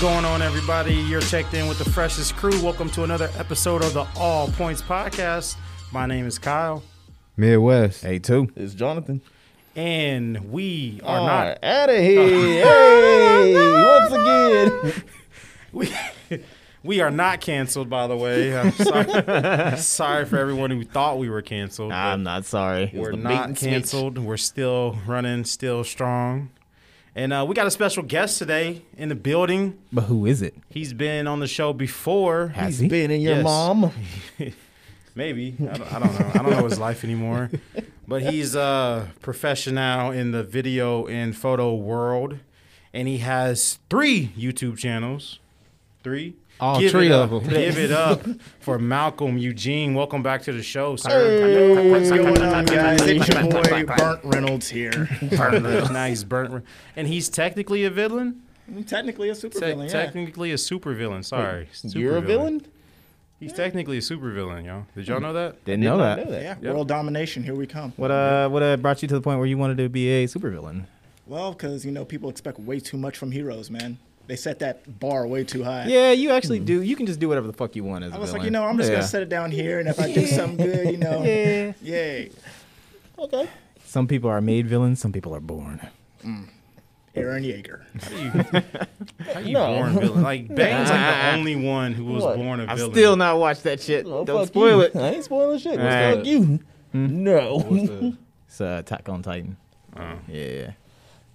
going on, everybody? You're checked in with the freshest crew. Welcome to another episode of the All Points Podcast. My name is Kyle, Midwest. Hey, two. It's Jonathan. and we are Oh. All not. right, out of here. hey, once again. We, we are not canceled, by the way. I'm sorry, sorry for everyone who thought we were canceled. but I'm not sorry. we're Ah, the bait not and switch. canceled. We're still running, still strong. And uh, we got a special guest today in the building. But who is it? He's been on the show before. Has He's he? been in your Yes. mom. Maybe I don't, I don't know. I don't know his life anymore. But he's a professional in the video and photo world, and he has three YouTube channels. Three. All Give it three up- of 'em. Give it up for Malcolm Eugene. Welcome back to the show, sir. Hey, What's going on, guys? It's your boy Burt Reynolds here. now he's burnt, and he's technically a villain. Technically a super Te- villain, yeah. Technically a supervillain. Sorry, You're a Supervillain. villain? He's technically a supervillain, y'all. Did Hmm. y'all know that? Didn't know that. I know that. yeah, world domination. Here we come. What uh, what uh, brought you to the point where you wanted to be a supervillain? Well, because you know people expect way too much from heroes, man. They set that bar way too high. Yeah, you actually do. You can just do whatever the fuck you want as a I was like, villain. you know, I'm just Hmm. Yeah. gonna set it down here, and if I do something good, you know, Yeah. yay. Okay. Some people are made villains. Some people are born. Aaron Yeager. How you, how you No. born villain? Like Bane's like the only one who was What? born a I've villain. still not watched that shit. Well, Don't Oh, fuck spoil you. it. I ain't spoiling shit. All right. Hmm. Well, Fuck you. No. The- It's uh, Attack on Titan. Oh. Yeah.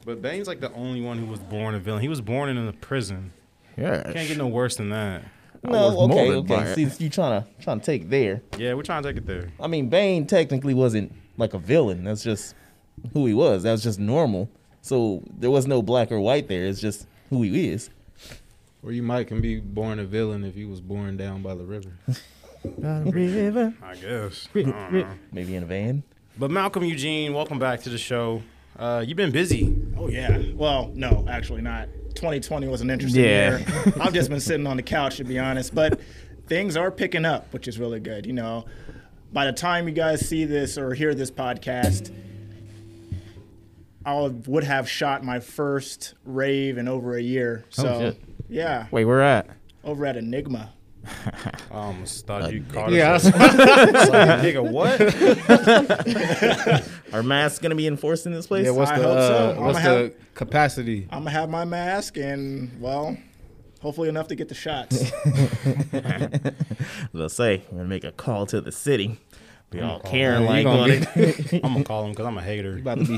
but Bane's like the only one who was born a villain. He was born in a prison. Yeah. Can't get no worse than that. No, was okay, molded by okay. it. See, you trying to trying to take it there. Yeah, we're trying to take it there. I mean, Bane technically wasn't like a villain. That's just who he was. That was just normal. So there was no black or white there. It's just who he is. Or you might can be born a villain if you was born down by the river. By the river. I guess. I don't know. Maybe in a van. But Malcolm Eugene, welcome back to the show. Uh, you've been busy. Oh yeah. Well, no, actually not. 2020 was an interesting Yeah. year. I've just been sitting on the couch to be honest, but things are picking up, which is really good. You know, by the time you guys see this or hear this podcast, I would have shot my first rave in over a year. So shit. yeah, Wait, where at? over at Enigma. I almost Uh, thought you caught us. Like, nigga, what? Are masks gonna be enforced in this place? Yeah, what's I the hope so. uh, I'ma what's have- the capacity? I'm gonna have my mask and well, hopefully enough to get the shots. Let's say we're gonna make a call to the city. We all caring You like gonna on be- it. I'm gonna call him because I'm a hater. About to be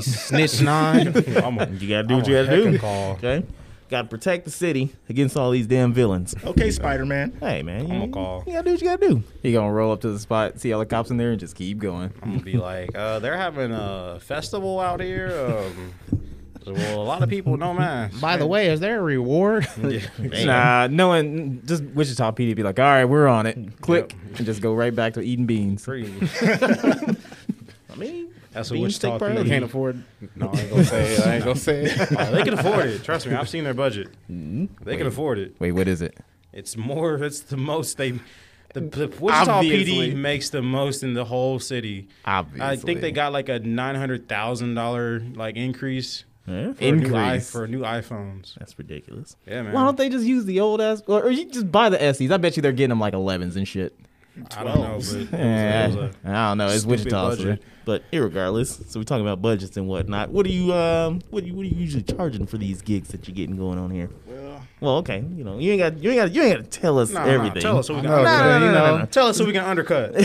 snitch nine. I'm a, You gotta do I'm what you a gotta do. heckin' Call. Okay, gotta protect the city against all these damn villains. Okay, Spider Man. Hey man, you, I'm gonna call. you gotta do what you gotta do. He gonna roll up to the spot, see all the cops in there, and just keep going. I'm gonna be like, uh, they're having a festival out here. Um, so, well, a lot of people don't mind. By the way, is there a reward? Man. Nah, no one. Just Wichita PD be like, all right, we're on it. Click and just go right back to eating beans. Pretty. I mean, That's what Beans Wichita take priority. PD. Can't afford. No, I ain't Don't gonna say it. I ain't gonna say it. say. they can afford it. Trust me, I've seen their budget. Mm-hmm. They can afford it. Wait, what is it? It's more. It's the most they. The, the Wichita Obviously. PD makes the most in the whole city. Obviously, I think they got like a nine hundred thousand dollar like increase eh, for new i- Increase. for new iPhones. that's ridiculous. Yeah, man. Why don't they just use the old ass, or, or you just buy the SEs? I bet you they're getting them like 11s and shit. I don't know, but it was a- Eh, it was a- I don't know. It's stupid Wichita. so- budget. But irregardless, so we're talking about budgets and whatnot. What do you um what do you, what are you usually charging for these gigs that you're getting going on here? Well, Well, okay, you know you ain't got you ain't got you ain't got to tell us Nah, nah, everything. tell us so we can know, undercut. but, you know. Tell us so we can undercut. I'm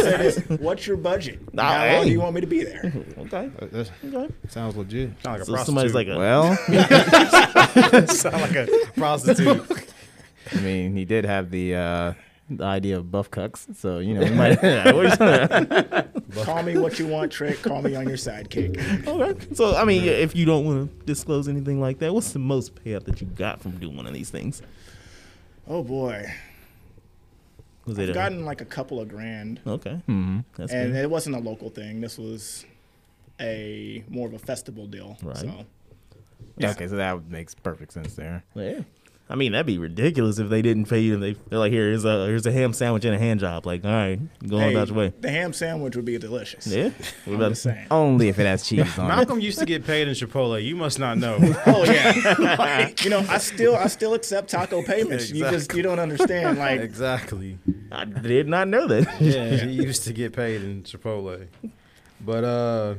saying this. What's your budget? Nah, How long hey. do you want me to be there? Okay, Uh, that's- okay. sounds legit. Sound like a So prostitute. somebody's like a Well, sound like a prostitute. I mean, he did have the uh, the idea of buff cucks, so you know, he might, okay. Call me what you want, Trick. Call me on your sidekick. So I mean, if you don't want to disclose anything like that, what's the most payout that you got from doing one of these things? Oh boy, Was it I've a- gotten like a couple of grand, okay? Mhm. That's and good. it wasn't a local thing. This was a more of a festival deal. Right. So okay, so that makes perfect sense there. Yeah. I mean, that'd be ridiculous if they didn't pay you. And they, they're like, here's a here's a ham sandwich and a hand job. Like, all right, go on Hey, about your way. The ham sandwich would be delicious. Yeah, what I'm about just saying. Only if it has cheese on it. Malcolm used to get paid in Chipotle. You must not know. Oh yeah, Like, you know I still I still accept taco payments. You just you don't understand. Like exactly. I did not know that. Yeah, he used to get paid in Chipotle. But uh,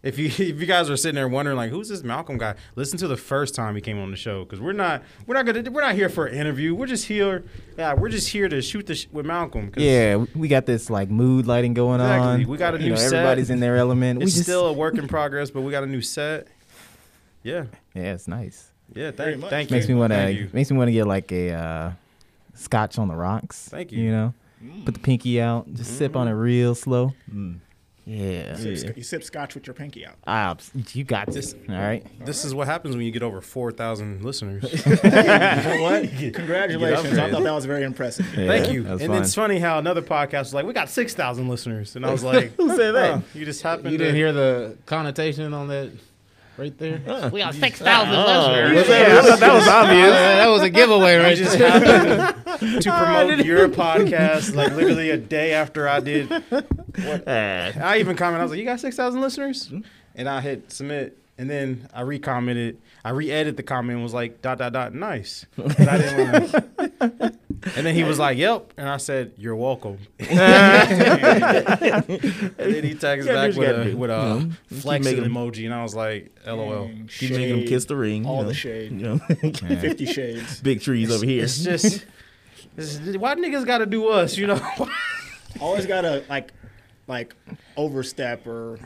if you if you guys are sitting there wondering like who's this Malcolm guy, listen to the first time he came on the show because we're not we're not gonna we're not here for an interview. We're just here. Yeah, we're just here to shoot the sh- with Malcolm. 'cause Yeah, we got this like mood lighting going Exactly. on. We got a You new know, set. Everybody's in their element. it's we just still a work in progress, but we got a new set. Yeah, yeah, it's nice. yeah. Very Thank, much. thank you. Makes me want Thank to you. makes me want to get like a uh, scotch on the rocks. Thank you. Mm. You know, put the pinky out, just sip on it real slow. Yeah. you sip, you sip scotch with your pinky out. Ah, you got this. All right. This is what happens when you get over four thousand listeners. what? Congratulations! I thought that was very impressive. Thank you. that was And fun. it's funny how another podcast was like, we got 6,000 listeners. And I was like, Who said that? "Huh, you just happened You to didn't hear the connotation on that right there? We got 6,000 listeners. What's that? Oh, I thought that was obvious. that was a giveaway right just happened to promote your podcast like literally a day after I did. Ah, I even commented, I was like, you got 6,000 listeners? And I hit submit. And then I re-commented, I re-edited the comment and was like, dot, dot, dot, nice. 'Cause I didn't wanna- and then he was like, yep. And I said, you're welcome. and then he texts Yeah, back dude, you with gotta a, do. with a flexing making 'em- emoji. And I was like, lol. Dang, You make them shade. kiss the ring. you all know. the shade. You know. Fifty shades. Big trees over here. It's just... it's- Why niggas gotta do us, you know? Always gotta like like overstep or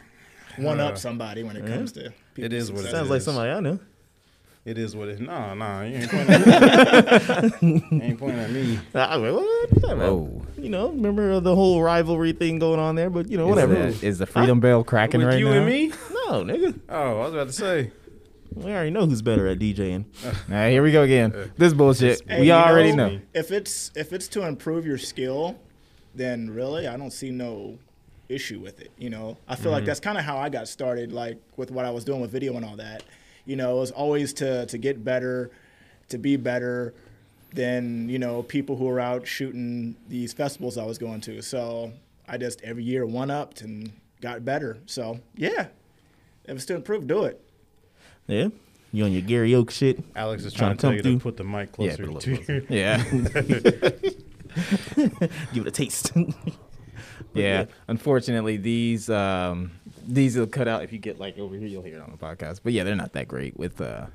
one Uh, up somebody when it comes to. It is what it Sounds like is. somebody I know. It is what it is. Nah, nah, you ain't pointing at me. ain't pointing at me. Ah, I was like, what? Whoa. You know, remember the whole rivalry thing going on there, but you know, whatever. Is the, is the freedom bell cracking With right you now? and me? No, nigga. Oh, I was about to say. We already know who's better at DJing. All right, here we go again. This bullshit. Hey, we you already know. If it's if it's to improve your skill, then really I don't see no issue with it. You know, I feel Mm-hmm. like that's kind of how I got started, like with what I was doing with video and all that. You know, it was always to to get better, to be better than you know people who were out shooting these festivals I was going to. So I just every year one upped and got better. So yeah, if it's to improve, do it. Yeah. You on your Gary Oak shit? Alex is Trying trying to tell you to come through. to put the mic Yeah, closer put a to little you. Yeah. Give it a taste. yeah. Unfortunately, these um, these will cut out if you get like over here. You'll hear it on the podcast. But yeah, they're not that great with uh,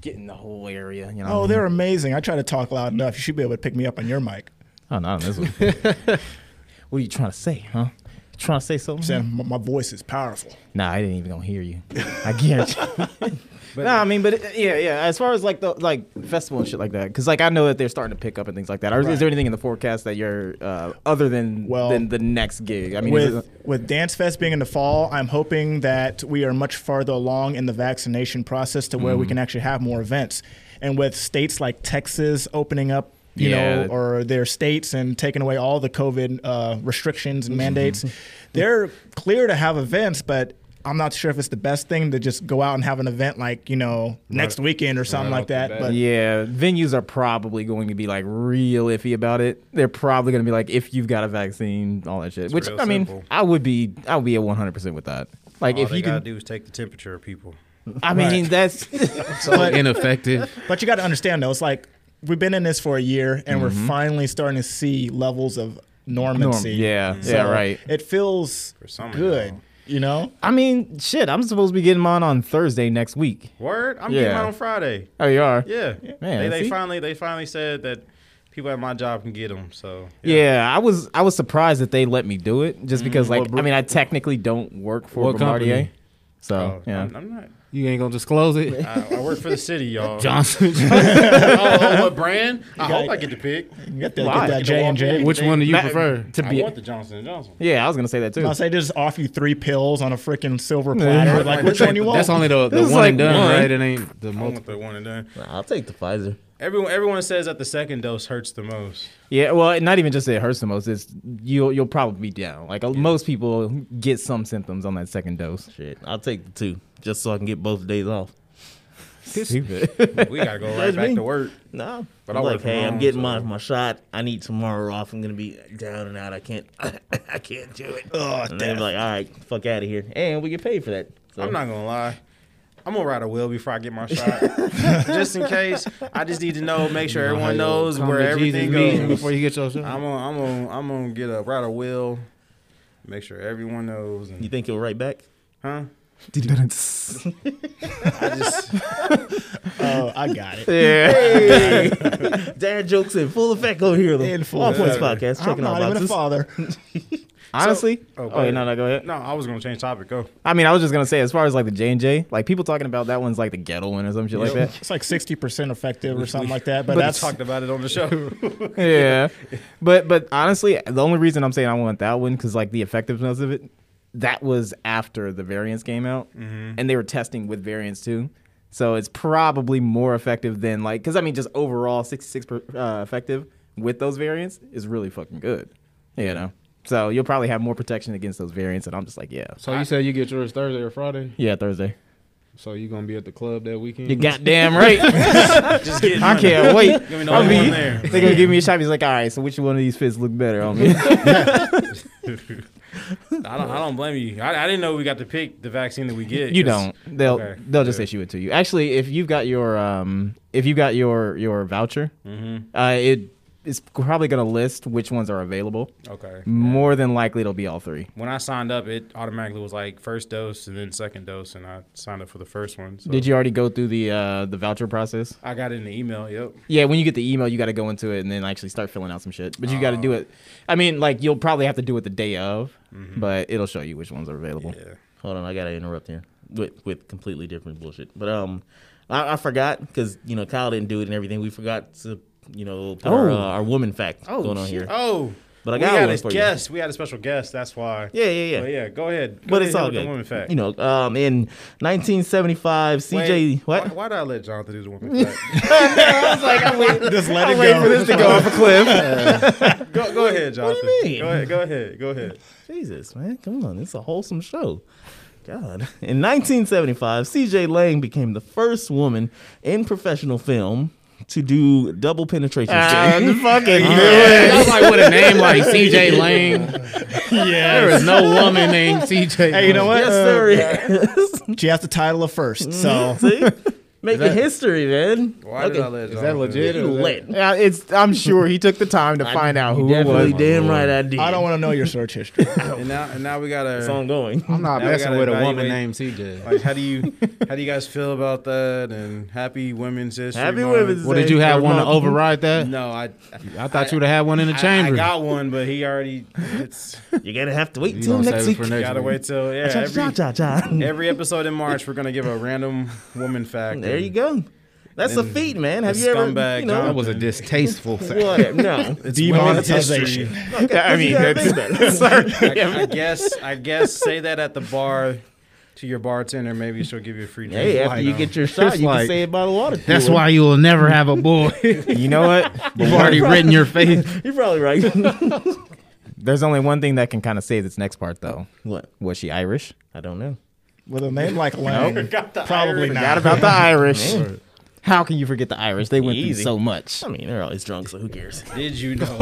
getting the whole area. You know. Oh, they're amazing. I try to talk loud enough. You should be able to pick me up on your mic. Oh no, this one. what are you trying to say, huh? You trying to say something? Saying my, my voice is powerful. Nah, I didn't even gonna hear you. I guarantee. no, I mean, but it, yeah, yeah. As far as like the like festival and shit like that, because like I know that they're starting to pick up and things like that. Or Is Right. there anything in the forecast that you're uh, other than Well, than the next gig? I mean, is with it- with Dance Fest being in the fall, I'm hoping that we are much farther along in the vaccination process to where we can actually have more events. And with states like Texas opening up, you Yeah. know, or their states and taking away all the COVID uh, restrictions and mandates, they're clear to have events, but. I'm not sure if it's the best thing to just go out and have an event like, you know, next weekend or something right like off the that. bat. But yeah, venues are probably going to be like real iffy about it. They're probably going to be like, if you've got a vaccine, all that shit. Which real I mean, simple. I would be, I would be at 100 percent with that. Like All if they you gotta can, do is take the temperature of people. I mean, that's So ineffective. But you got to understand though, it's like we've been in this for a year, and we're finally starting to see levels of normal. normancy. Yeah, So yeah, right. It feels some, good, you know. I mean, shit, I'm supposed to be getting mine on Thursday next week. Word? I'm Yeah. getting mine on Friday. Oh, you are? Yeah. Man, they, see? they finally they finally said that people at my job can get them. So Yeah, I was I was surprised that they let me do it just because Mm-hmm. like I mean I technically don't work for What Bombardier. company? So Oh, yeah. I'm, I'm not. You ain't gonna disclose it, I, I work for the city, y'all. Johnson. Oh, oh, what brand? I hope I get to pick. You got to Why? get that J and J. Which one do you Ma- prefer? to I be want the Johnson and Johnson. Yeah, I was gonna say that too. I'll say they just off you three pills on a freaking silver platter. like which one you want? That's only the, the This one is like and done, one. right? It ain't the I want multiple. the one and done. I'll take the Pfizer. Everyone everyone says that the second dose hurts the most. Yeah, well, not even just that it hurts the most. It's you'll you'll probably be down. Like uh, most people get some symptoms on that second dose. Shit, I'll take the two just so I can get both days off. Stupid. We gotta go right That's back me. to work. No. But But I I'm work like, from hey, I'm home, getting so- my, my shot. I need tomorrow off. I'm gonna be down and out. I can't I can't do it. Oh, and they're like, all right, fuck out of here. And we get paid for that. So I'm not gonna lie. I'm gonna ride a wheel before I get my shot, just in case. I just need to know, make sure everyone knows where everything goes. Before you get your shot. I'm gonna, I'm gonna, I'm gonna get a ride a wheel, make sure everyone knows. you And, think you'll write back? huh? I just. oh, I got it. yeah. Hey, dad jokes in full effect over here. In The full All Points effect. Podcast. I'm Checking out not even a boxes. father. Honestly. Oh, oh, go wait, ahead. no, no, go ahead. No, I was gonna change topic. Go. I mean, I was just gonna say, as far as like the J and J, like people talking about that one's like the ghetto one or some shit like that. It's like 60% effective or something like that. But, But that's. I talked about it on the show. yeah, but but honestly, the only reason I'm saying I want that one because like the effectiveness of it, that was after the variants came out, and they were testing with variants too, so it's probably more effective than like because I mean just overall 66 per, uh, effective with those variants is really fucking good, you know. So you'll probably have more protection against those variants, and I'm just like, yeah, So you said you get yours Thursday or Friday. yeah, Thursday. So you gonna be at the club that weekend? You goddamn right. just get. I can't wait. Give me the I'll only be- one there. They're gonna give me a shot. He's like, all right, so which one of these fits look better on me? I don't. I don't blame you. I, I didn't know we got to pick the vaccine that we get. you 'cause- don't. They'll okay, they'll just yeah. issue it to you. Actually, if you've got your um if you've got your your voucher, Mm-hmm. uh, it it's probably gonna list which ones are available. Okay. More than likely, it'll be all three. When I signed up, it automatically was like first dose and then second dose, and I signed up for the first one. So Did you already go through the uh, the voucher process? I got it in the email. Yep. Yeah, when you get the email, you got to go into it and then actually start filling out some shit. But you got to do it. I mean, like you'll probably have to do it the day of, but it'll show you which ones are available. Mm-hmm. Yeah. Hold on, I gotta interrupt here with with completely different bullshit. But um, I, I forgot because you know Kyle didn't do it and everything. We forgot to you know put our, uh, Oh. our woman fact going on here. Oh. But I we got had one a for you. guest. We had a special guest. That's why. Yeah, yeah, yeah. But yeah, go ahead. Go ahead, But it's hit all with the good. woman fact. You know, um, in 1975, CJ Wait, what? Why, why did I let Jonathan do the woman fact? Just let it Wait for go. this to go off a cliff. go, go ahead, Jonathan. What do you mean? Go ahead. Go ahead. Go ahead. Jesus, man, come on, it's a wholesome show. God. In 1975, CJ Lang became the first woman in professional film to do double penetration. surgery. fucking That's like with a name like CJ Lane. There is no woman named CJ. Hey, you know what? yes, Uh, there is. She has the title of first. So. See? Making history, man. Why did I let Is Jonathan? that legit? Or is that- Lit. Yeah, it's. I'm sure he took the time to find out who it Definitely was. damn right I did. I don't want to know your search history. And now, and now we got It's a. ongoing. I'm not Now we messing gotta with a woman evaluate- named CJ. Like, how do you, how do you guys feel about that? And happy Women's History Happy Month. Women's Well, did you have one to Remote. override that? No, I, I thought you'd have had one in the I- chamber. I got one, but he already. It's You're gonna have to wait You till gonna next save it week. for next gotta week. wait till yeah. Cha cha Every, cha cha. every episode in March, we're gonna give a random woman fact. There and you go. That's a feat, man. Have the you ever? scumbag you That know, was a distasteful fact. what? No. It's women's history. Demonetization. I mean, that's, I, I guess I guess say that at the bar to your bartender. Maybe she'll give you a free drink. Hey, after you get your shot, you can like- say it by the water. That's cooler. why you will never have a boy. you know what? You've already written your face. You're probably right. There's only one thing that can kind of save this next part, though. what? Was she Irish? I don't know. With a name like Lang, probably Forgot not. about the Irish. How can you forget the Irish? They went through Easy. so much. I mean, they're always drunk, so who cares? Did you know?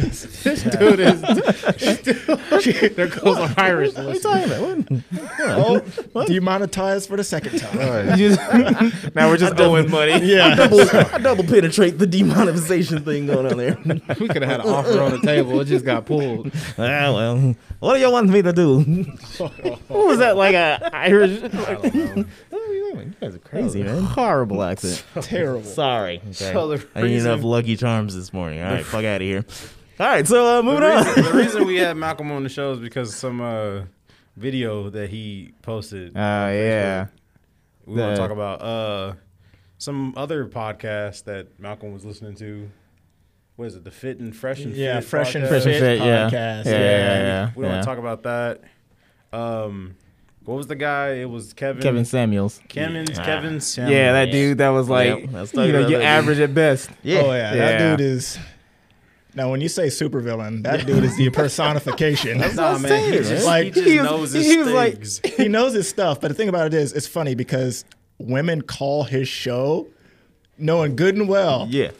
there goes an Irish. What are you talking about? What? Oh, demonetized for the second time. now we're just going money. Yeah. double, I double penetrate the demonetization thing going on there. We could have had an offer on the table. It just got pulled. ah, well, what do you want me to do? What was that like? A Irish? I don't know. you guys are crazy, That was man. Horrible accent. Terrible. Sorry. So the I need enough reason- Lucky Charms this morning. All right, fuck out of here. All right, so uh, moving The on. reason, the reason we had Malcolm on the show is because some uh, video that he posted. Uh, yeah. we want the- to talk about uh, some other podcast that Malcolm was listening to. What is it? The Fit and Fresh and Yeah, Fit Fresh and podcast? Fresh and Fit. yeah. podcast. Yeah, yeah, yeah, yeah. We don't yeah. want to talk about that. Um, what was the guy? It was Kevin. Kevin Samuels. Kevin's. Ah. Kevin's. Yeah, that dude that was like, Yep, let's talk you know, about you're that, dude. average at best. Yeah. Oh yeah, Yeah. that dude is. Now, when you say supervillain, that dude is the personification. Nah, I'm man. saying, He just, right? he just He was- knows his he was like- things. he knows his stuff, but the thing about it is, it's funny because women call his show, knowing good and well Yeah.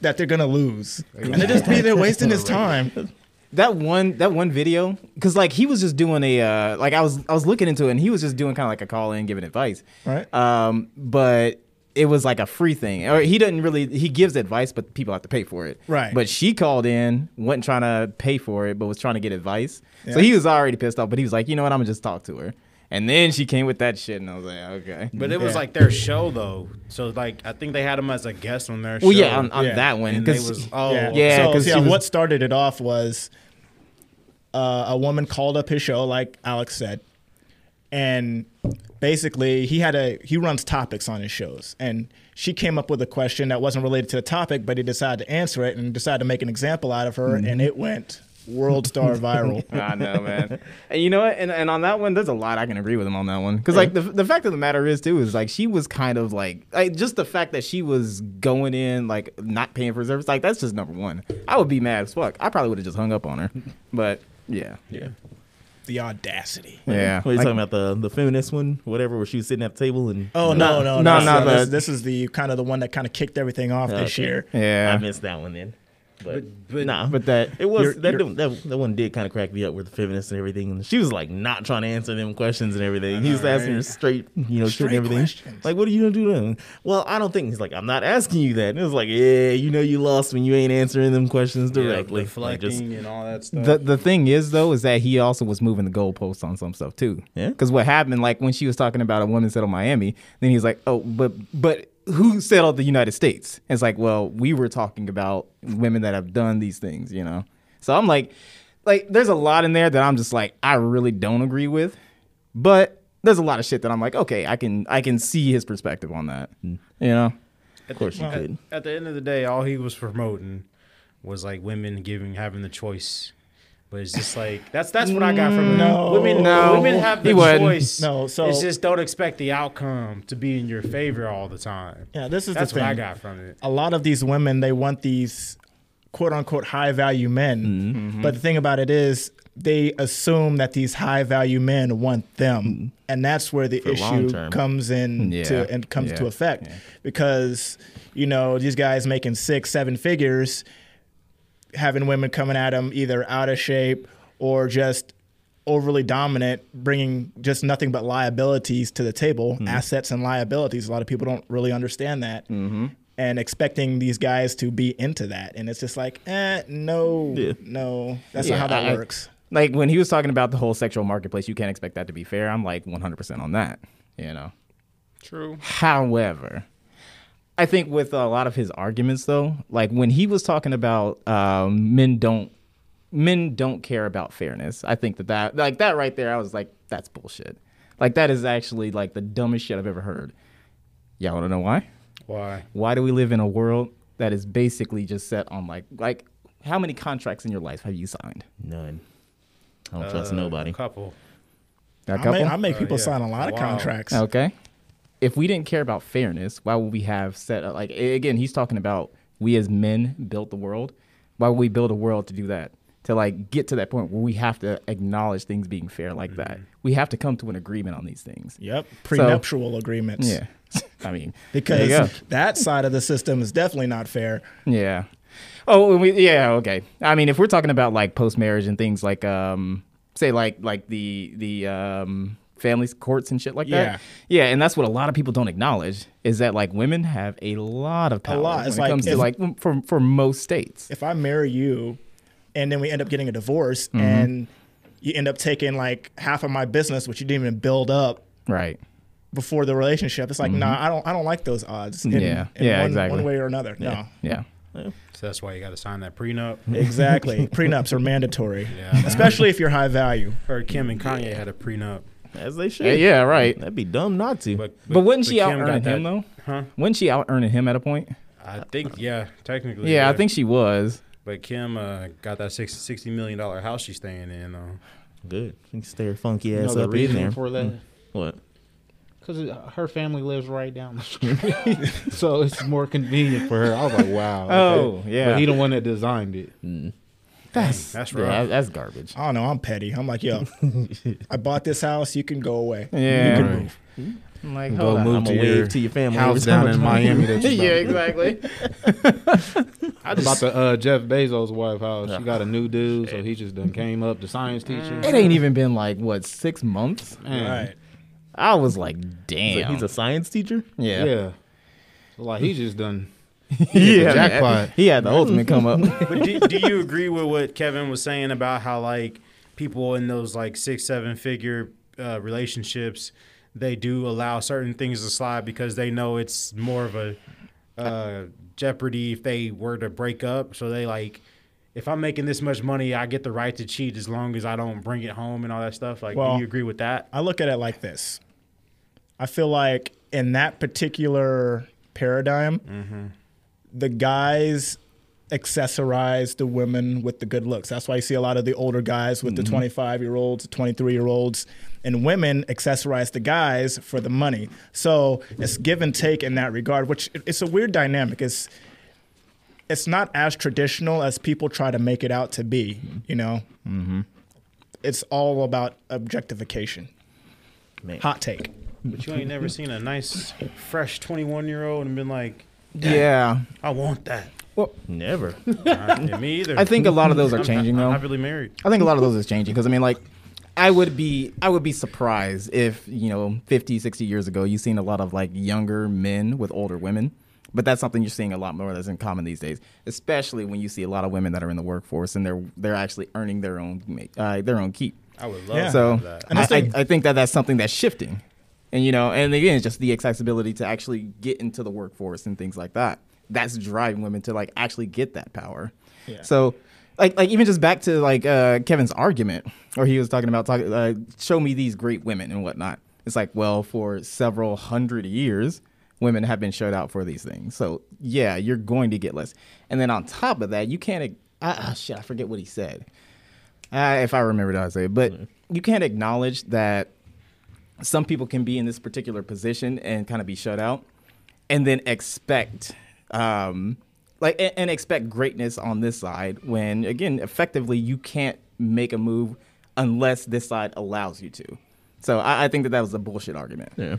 that they're gonna lose, and they're just be there wasting his time. that one that one video because like he was just doing a uh like i was i was looking into it and he was just doing kind of like a call in giving advice Right. um but it was like a free thing or he doesn't really he gives advice but people have to pay for it Right. but she called in wasn't trying to pay for it but was trying to get advice so Yeah. he was already pissed off but he was like you know what i'm gonna just talk to her and then she came with that shit and i was like okay But it was Yeah. like their show though, so like I think they had him as a guest on their show. well yeah on, on Yeah. that one and they 'cause- was oh yeah, okay. Yeah, So, 'cause yeah, she was- what started it off was uh, a woman called up his show, like Alex said, and basically he had a he runs topics on his shows, and she came up with a question that wasn't related to the topic, but he decided to answer it and decided to make an example out of her, and it went world star viral. I know, man. And you know what? And, and on that one, there's a lot I can agree with him on that one. Because like the, the fact of the matter is too is like she was kind of like like just the fact that she was going in like not paying for her service like that's just number one. I would be mad as fuck. I probably would have just hung up on her. But yeah, yeah, the audacity. yeah. What are you Like, talking about? The the feminist one, whatever, where she was sitting at the table and Oh no, no, no, no, no, no! This, the- this is the kind of the one that kind of kicked everything off this Okay. year. I Yeah, missed that one then. But, but- nah, but that it was you're- that, you're- dude- that that one did kind of crack me up with the feminists and everything. And she was like not trying to answer them questions and everything. He was asking her straight, you know, straight Straight everything. questions. Like, what are you gonna do then? Well, I don't think he's like, I'm not asking you that. And it was like, yeah, you know, you lost when you ain't answering them questions directly. Like, deflecting just- and all that stuff. The the thing is though is that he also was moving the goalposts on some stuff too. Yeah. Because what happened, like when she was talking about a woman settled Miami, then he's like, oh, but but who settled the United States? And it's like, well, we were talking about women that have done these things, you know. So I'm like, like there's a lot in there that I'm just like I really don't agree with, but there's a lot of shit that I'm like, okay, I can I can see his perspective on that, you know. of course you could. At, the end of the day, all he was promoting was like women giving having the choice. But it's just like that's that's what I got from it. No. women. No. women have the He wasn't. choice. No, so- it's just don't expect the outcome to be in your favor all the time. Yeah, this is that's the what thing. I got from it. a lot of these women they want these quote unquote high value men Mm-hmm. but the thing about it is they assume that these high value men want them Mm-hmm. and that's where the long issue term. comes in Yeah. to and comes to Yeah. effect because you know these guys making six seven figures having women coming at them either out of shape or just overly dominant, bringing just nothing but liabilities to the table, Mm-hmm. assets and liabilities. A lot of people don't really understand that. Mm-hmm. And expecting these guys to be into that. And it's just like, eh, no, Yeah. no, that's Yeah, not how that I- works. Like when he was talking about the whole sexual marketplace, you can't expect that to be fair. I'm like 100% on that, you know. True. However, I think with a lot of his arguments though, like when he was talking about um, men don't men don't care about fairness. I think that that like that right there, I was like, that's bullshit. Like that is actually like the dumbest shit I've ever heard. Y'all wanna know why? Why? why do we live in a world that is basically just set on like like how many contracts in your life have you signed? none. I don't trust Uh, nobody. A couple. A I make, couple? I make people Oh, yeah. sign a lot of Wow. contracts. okay. If we didn't care about fairness, why would we have set up like a- again, he's talking about we as men built the world. Why would we build a world to do that? To like get to that point where we have to acknowledge things being fair like that. We have to come to an agreement on these things. Yep. Prenuptial agreements. Yeah. I mean there you go. Because that side of the system is definitely not fair. Yeah. Oh, and we, yeah. Okay. I mean, if we're talking about like post marriage and things like, um, say like like the the um, family courts and shit like that. Yeah. And that's what a lot of people don't acknowledge is that like women have a lot of power lot. when It's it like comes to if- like for for most states. if I marry you and then we end up getting a divorce Mm-hmm. and you end up taking like half of my business, which you didn't even build up Right. before the relationship, it's like, nah, I don't I don't like those odds. In, Mm-hmm. Yeah. in Yeah, one, exactly. one way or another. Yeah. So that's why you got to sign that prenup. No. Exactly. Prenups are mandatory. Yeah. Especially if you're high value. Heard Kim and Kanye had a prenup. As they should. Yeah. Yeah. Right. That'd be dumb not to. But But wouldn't she Kim out got earning him that- though? Huh? Wouldn't she out earning him at a point? I think yeah, technically. Yeah, I think she was. But Kim uh, got that six- sixty million dollar house she's staying in. Though. Good. You can stare your funky You know ass the up in reason there. for that? What? Because her family lives right down the street, so it's more convenient for her. I was like, wow. Oh, yeah. But he the one that designed it. That's that's yeah, rough. that's garbage. I don't know, I'm petty. I'm like, yo, I bought this house, you can go away. Yeah. Right. I'm like, Go hold on. move I'ma to wave your to your family house every time down I in come Miami. That you yeah, exactly. I just, about the uh, Jeff Bezos' wife house. She got a new dude, so he just done came up. The science teacher. It ain't even been like what six months. Man, Right. I was like, damn. He's a science teacher. Yeah. yeah, So, like he just done. yeah, man. jackpot. He had the ultimate come up. But do, do you agree with what Kevin was saying about how like people in those like six seven figure uh, relationships they do allow certain things to slide because they know it's more of a uh, jeopardy if they were to break up. So they like. If I'm making this much money, I get the right to cheat as long as I don't bring it home and all that stuff. Like, Well- do you agree with that? I look at it like this. I feel like in that particular paradigm, the guys accessorize the women with the good looks. That's why you see a lot of the older guys with the 25 year olds, 23 year olds, and women accessorize the guys for the money. So it's give and take in that regard, which it- it's a weird dynamic. It's it's not as traditional as people try to make it out to be. You know, mm-hmm. it's all about objectification. Hot take. But you ain't never seen a nice, fresh 21 year old and been like, yeah, I want that. Never. me either. I think a lot of those are changing though. I'm happily married. I think a lot of those is changing because I mean, like, I would be I would be surprised if you know 50, 60 years ago you seen a lot of like younger men with older women, but that's something you're seeing a lot more that's in common these days, especially when you see a lot of women that are in the workforce and they're they're actually earning their own ma- uh, their own keep. I would love Yeah. So that. I, I, I think that that's something that's shifting, and you know, and again, it's just the accessibility to actually get into the workforce and things like that. That's driving women to like actually get that power. Yeah. So, like, like even just back to like uh, Kevin's argument, or he was talking about talking, uh, show me these great women and whatnot. It's like, well, for several hundred years, women have been shut out for these things. So yeah, you're going to get less. And then on top of that, you can't. Ah, ah, shit, I forget what he said uh, if I remember that, I say. But you can't acknowledge that some people can be in this particular position and kind of be shut out, and then expect, um, like, and, and expect greatness on this side when, again, effectively you can't make a move unless this side allows you to. So I, I think that that was a bullshit argument. Yeah.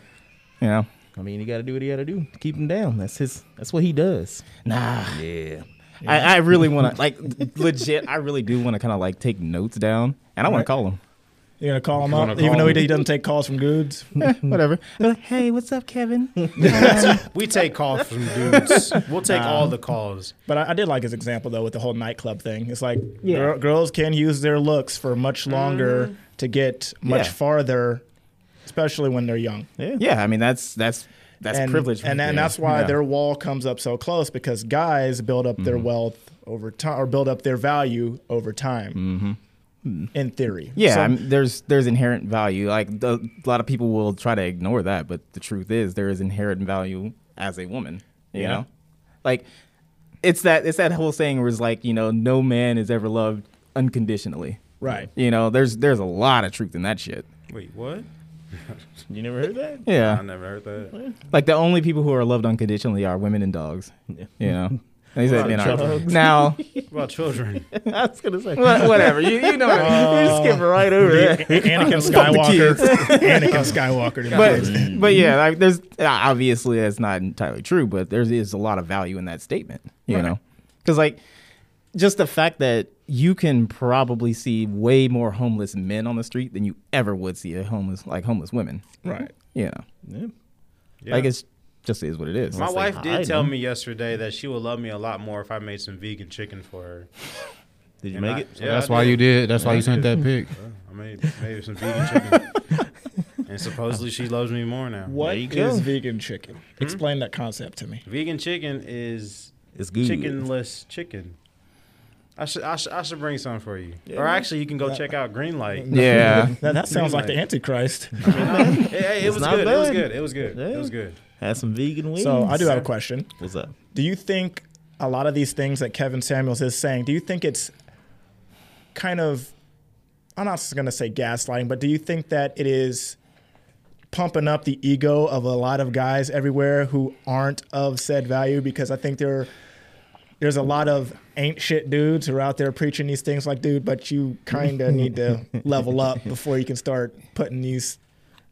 You know? I mean, you got to do what you got to do. Keep him down. That's his. That's what he does. Nah. Yeah. I, I really want to like legit. I really do want to kind of like take notes down, and I want to call him. You're gonna call him gonna up, call even though him? he doesn't take calls from dudes. Whatever. Like, hey, what's up, Kevin? We take calls from dudes. We'll take all the calls. But I, I did like his example though with the whole nightclub thing. It's like gir- girls can use their looks for much longer to get much Yeah. farther, especially when they're young. Yeah, I mean that's that's that's and, privilege, and, right and there. that's why Yeah. Mm-hmm. their wall comes up so close because guys build up their wealth over time or build up their value over time. In theory, Mm-hmm. yeah. So- I mean, there's there's inherent value. Like the, a lot of people will try to ignore that, but the truth is there is inherent value as a woman. You Yeah. know, like it's that it's that whole saying where it's like you know no man is ever loved unconditionally. Right. You know, there's there's a lot of truth in that shit. Wait, what? You never heard that? I Yeah. never heard that. Like the only people who are loved unconditionally are women and dogs. Yeah. You know. They about said men are- dogs? Now, What about children? I was gonna say. wha- whatever you you know, You're skipping Uh, right over that. Anakin Skywalker, Anakin Skywalker. to my kids. but but yeah, like there's obviously that's not entirely true, but there is a lot of value in that statement, you know, because like just the fact that you can probably see way more homeless men on the street than you ever would see a homeless like homeless women, right. you know, Yeah. Yeah. like it's just is what it is. My It's like, wife did hide tell them. me yesterday that she would love me a lot more if I made some vegan chicken for her. Did you And make I- it? yeah, that's I why you did. That's why you sent that pic. I made, made some vegan chicken. and supposedly she loves me more now. What you is go. Hmm? vegan chicken? Explain that concept to me. Vegan chicken is It's good. chickenless chicken. I should, I should I should bring some for you. Or actually, you can go check out Greenlight. Yeah, That, that sounds like the Antichrist. It, it, it was not good. It was bad. good. It was good. It was Yeah. good. Had some vegan wings. So I do have a question. What's up? Do you think a lot of these things that Kevin Samuels is saying, do you think it's kind of, I'm not going to say gaslighting, but do you think that it is pumping up the ego of a lot of guys everywhere who aren't of said value? Because I think there, there's a lot of ain't shit dudes who are out there preaching these things like, dude, but you kind of need to level up before you can start putting these,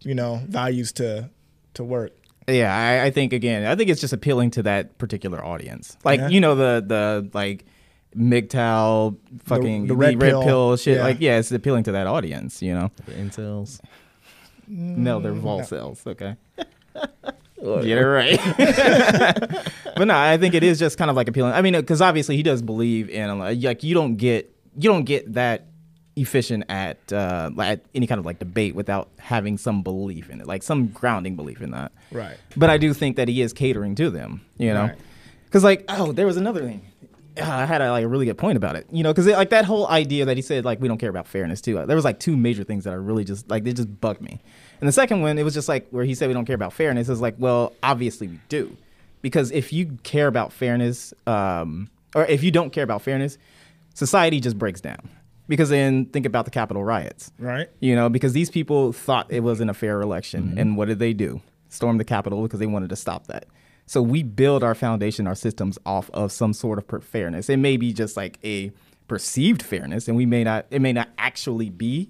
you know, values to to work. Yeah, I, I think again, I think it's just appealing to that particular audience. Like Yeah. you know the the like MGTOW fucking the red pill. shit. Yeah. Like yeah, it's appealing to that audience. You know, The incels. no, they're vol cells. Okay. Get it right, but no, I think it is just kind of like appealing. I mean, because obviously he does believe in uh, like you don't get you don't get that efficient at uh, at any kind of like debate without having some belief in it, like some grounding belief in that. Right. But I do think that he is catering to them, you know? Right. Because, like, oh, there was another thing. Ah, I had a, like a really good point about it, you know, because like that whole idea that he said like we don't care about fairness too. uh, There was like two major things that I really just like they just bugged me. And the second one, it was just like where he said we don't care about fairness is like, well, obviously we do, because if you care about fairness, um, or if you don't care about fairness, society just breaks down. Because then think about the Capitol riots, Right. you know, because these people thought it wasn't a fair election. And what did they do? Storm the Capitol because they wanted to stop that. So we build our foundation, our systems off of some sort of per- fairness. It may be just like a perceived fairness, and we may not, it may not actually be,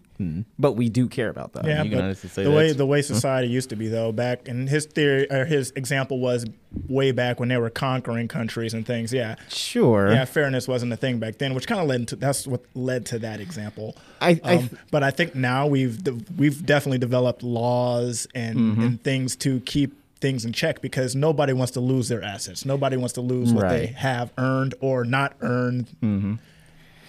but we do care about that. You can honestly say the way that's- the way society used to be though back and his theory or his example was way back when they were conquering countries and things. Yeah, Sure. yeah, fairness wasn't a thing back then, which kind of led to that's what led to that example. Um, I- I- but I think now we've de- we've definitely developed laws and and things to keep things in check because nobody wants to lose their assets. Nobody wants to lose what they Right. have earned or not earned.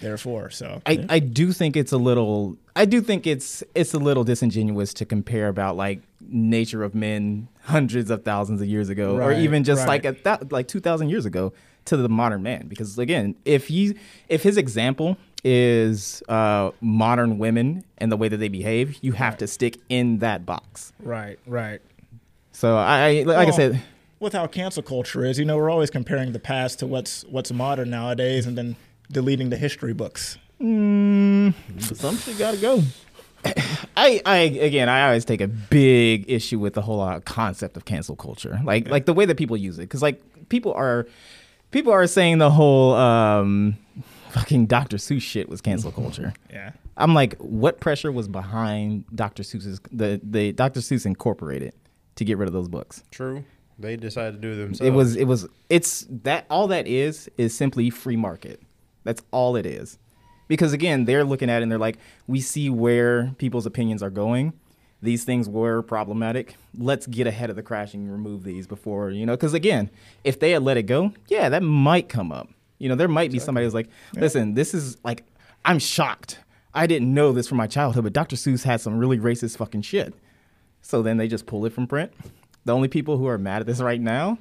Therefore, so I, I do think it's a little I do think it's it's a little disingenuous to compare about like nature of men hundreds of thousands of years ago or Right, even just like right. a thou- like 2000 years ago to the modern man because again if he if his example is uh, modern women and the way that they behave you have to stick in that box right, right. so I, I like I Well, said with how cancel culture is, you know, we're always comparing the past to what's what's modern nowadays, and then deleting the history books. Some shit gotta go. I, I again, I always take a big issue with the whole uh, concept of cancel culture, like like the way that people use it, because like people are people are saying the whole um, fucking Dr. Seuss shit was cancel culture. Yeah, I'm like, what pressure was behind Dr. Seuss's the the Dr. Seuss Incorporated to get rid of those books? True. They decided to do it themselves. It was it was it's that all that is is simply free market. That's all it is. Because again, they're looking at it and they're like, we see where people's opinions are going. These things were problematic. Let's get ahead of the crash and remove these before, you know, because again, if they had let it go, yeah, that might come up. You know, there might be somebody who's like, listen, this is like, I'm shocked. I didn't know this from my childhood, but Dr. Seuss had some really racist fucking shit. So then they just pull it from print. The only people who are mad at this right now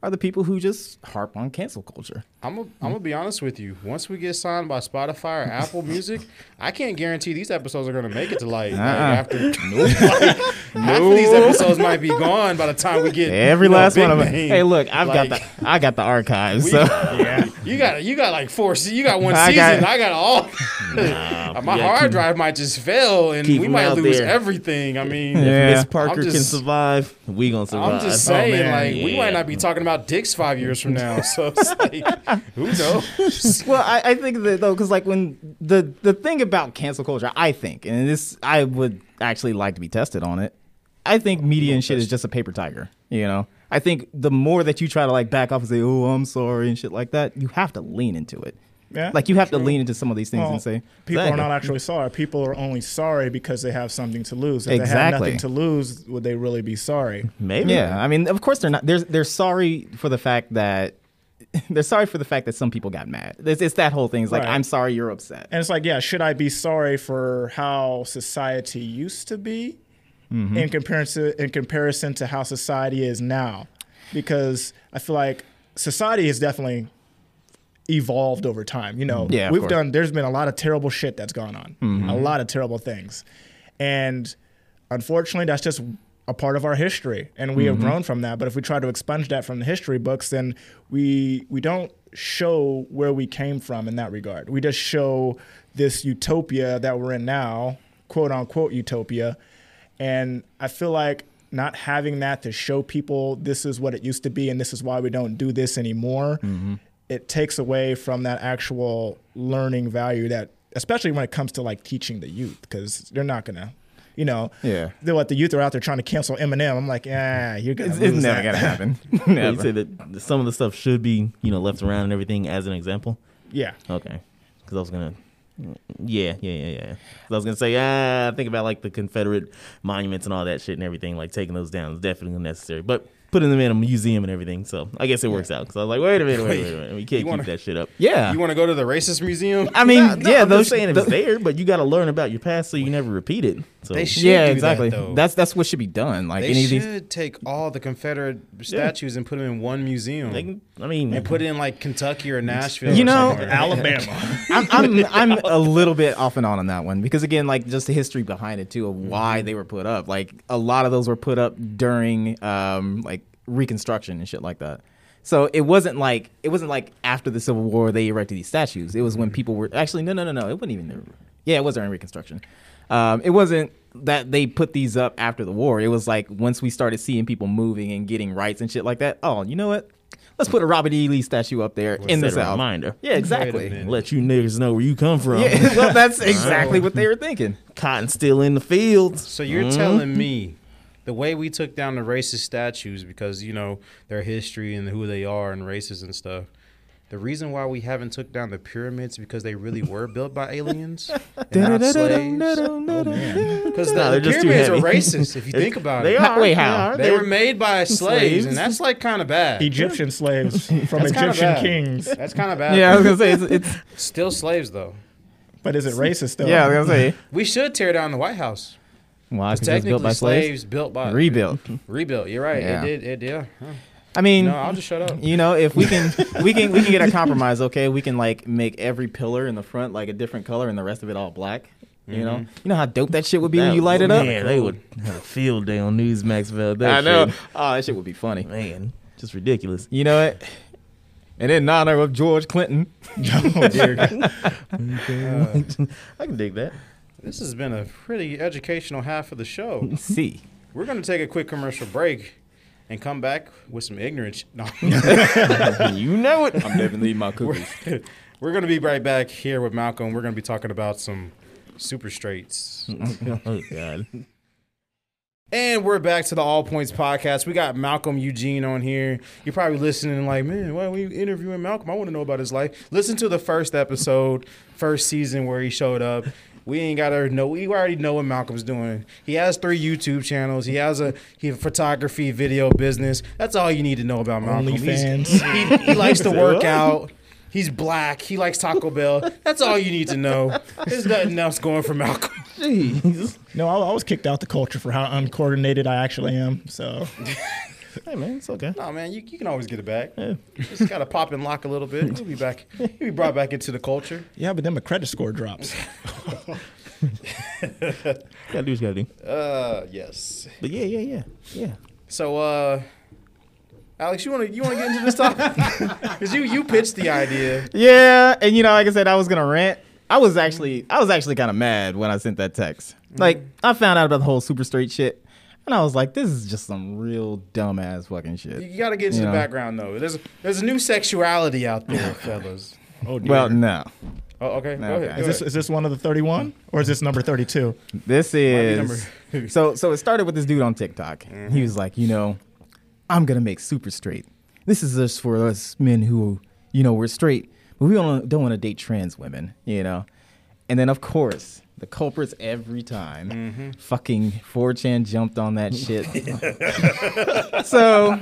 are the people who just harp on cancel culture. I'm gonna I'm gonna be honest with you. Once we get signed by Spotify or Apple Music, I can't guarantee these episodes are gonna make it to light. Like, after like, half of these episodes might be gone by the time we get Every you know, last Big one of them. Name. Hey, look, I've got Like, the I got the archives. we- so you got you got like four. se- You got one I season. got- I got all. my yeah, hard keep- drive might just fail, and keep we 'em might out lose there. everything. I mean, Yeah. Miss Parker I'm can just- survive. We gonna survive. I'm just saying, man. like, we Yeah. might not be talking about dicks five years from now. So, it's like, who knows? well, I, I think that though, because like when the the thing about cancel culture, I think, and this I would actually like to be tested on it. I Oh, think media and shit is just a paper tiger. You know, I think the more that you try to like back off and say, "Oh, I'm sorry" and shit like that, you have to lean into it. Yeah, like you have to lean into some of these things Well, and say, people are "Dang, not actually sorry. People are only sorry because they have something to lose. If they had Exactly. nothing to lose, would they really be sorry? Maybe. Yeah, I mean, of course they're not. They're they're sorry for the fact that they're sorry for the fact that some people got mad. It's, it's that whole thing. It's like Right. I'm sorry you're upset. And it's like, yeah, should I be sorry for how society used to be Mm-hmm. in comparison in comparison to how society is now? Because I feel like society has definitely evolved over time. You know, Mm-hmm. Yeah, of we've course. Mm-hmm. done there's been a lot of terrible shit that's gone on. A lot of terrible things. And unfortunately, that's just a part of our history, and we Mm-hmm. have grown from that. But if we try to expunge that from the history books, then we we don't show where we came from in that regard. We just show this utopia that we're in now, quote unquote utopia, and I feel like not having that to show people this is what it used to be and this is why we don't do this anymore. Mm-hmm. It takes away from that actual learning value that, especially when it comes to like teaching the youth, because they're not gonna you know. Yeah. Then what the youth are out there trying to cancel Eminem. I'm like, ah, you're gonna It's, lose it's never that. gonna happen. Yeah, never. you said that some of the stuff should be, you know, left around and everything as an example. Yeah. Okay. Because I was going to. Yeah, yeah, yeah, yeah. 'Cause I was going to say, ah, think about like the Confederate monuments and all that shit and everything. Like taking those down is definitely unnecessary. But putting them in a museum and everything. So I guess it works out. Because I was like, wait a minute, wait a minute. We can't wanna- keep that shit up. yeah. You want to go to the racist museum? I mean, yeah, I'm those just saying it's tho- there, but you got to learn about your past so you never repeat it. So They should yeah, do exactly. That, though. that's that's what should be done. Like they any should of these. take all the Confederate statues and put them in one museum. They can- I mean, and put it in like Kentucky or Nashville. You or know, somewhere. Alabama. I'm, I'm I'm a little bit off and on on that one because again, like just the history behind it too of why they were put up. Like a lot of those were put up during um like Reconstruction and shit like that. So it wasn't like it wasn't like after the Civil War they erected these statues. It was when people were actually no no no no it wasn't even yeah it was during Reconstruction. Um, it wasn't that they put these up after the war. It was like once we started seeing people moving and getting rights and shit like that. Oh, you know what? Let's put a Robert E. Lee statue up there in the set a South. reminder. Yeah, exactly. minute. let you niggas know where you come from. Yeah, well, that's exactly what they were thinking. Cotton still in the fields. So you're telling me the way we took down the racist statues because you know their history and who they are and races and stuff. The reason why we haven't took down the pyramids because they really were built by aliens and not slaves. Because No, the, the they're just too pyramids are heavy. racist if you think about They it. are. Wait, they how? are. They, were made by slaves, and that's like kind of bad. Egyptian slaves from That's kinda Egyptian bad. kings. That's kind of bad. Yeah, I was gonna say it's. it's Still slaves though. But is it racist though? yeah, I was gonna say. We should tear down the White House. Why? Well, Technically, built by slaves. slaves built by Rebuilt. rebuilt. You're right. Yeah. It did. It yeah. Huh. I mean, No, I'll just shut up. you know, if we can, we can, we can get a compromise. Okay, we can like make every pillar in the front like a different color, and the rest of it all black. You know, you know how dope that shit would be when you light it up. Man, they would have a field day on Newsmax about that. I know. shit. Oh, that shit would be funny. Man, just ridiculous. You know it. And in honor of George Clinton, oh, dear. I can dig that. This has been a pretty educational half of the show. see. We're going to take a quick commercial break and come back with some ignorance. No. you know it. I'm never leaving my cookies. We're going to be right back here with Malcolm. We're going to be talking about some super straights. oh God. And we're back to the All Points podcast. We got Malcolm Eugene on here. You're probably listening like, man, why are we interviewing Malcolm? I want to know about his life. Listen to the first episode, first season where he showed up. We ain't gotta know. We already know what Malcolm's doing. He has three YouTube channels. He has a he has a photography, video business. That's all you need to know about Malcolm. He's- OnlyFans. He, he likes to work out. He's black. He likes Taco Bell. That's all you need to know. There's nothing else going for Malcolm. Jeez. no, I, I was kicked out the culture for how uncoordinated I actually am. So Hey man, it's okay. No, man, you, you can always get it back. Just got to pop and lock a little bit. We'll be back. You'll be brought back into the culture. yeah, but then my credit score drops. Gotta do what you gotta do. Uh, yes. But yeah, yeah, yeah, yeah. So, uh, Alex, you want to you want to get into this topic? Cause you you pitched the idea. Yeah, and you know, like I said, I was gonna rant. I was actually, I was actually kind of mad when I sent that text. Mm-hmm. Like, I found out about the whole super straight shit, and I was like, this is just some real dumbass fucking shit. You got to get into the Yeah. background though. There's there's a new sexuality out there, fellas. Oh dear. Well, no, Oh, okay. Go Okay. ahead. Go is this ahead. is this one of the 31 or is this number 32? this is. number- so, so it started with this dude on TikTok. He was like, you know, I'm gonna make super straight. This is just for us men who, you know, we're straight, but we don't don't want to date trans women, you know. And then of course, the culprits every time. Fucking 4chan jumped on that shit. so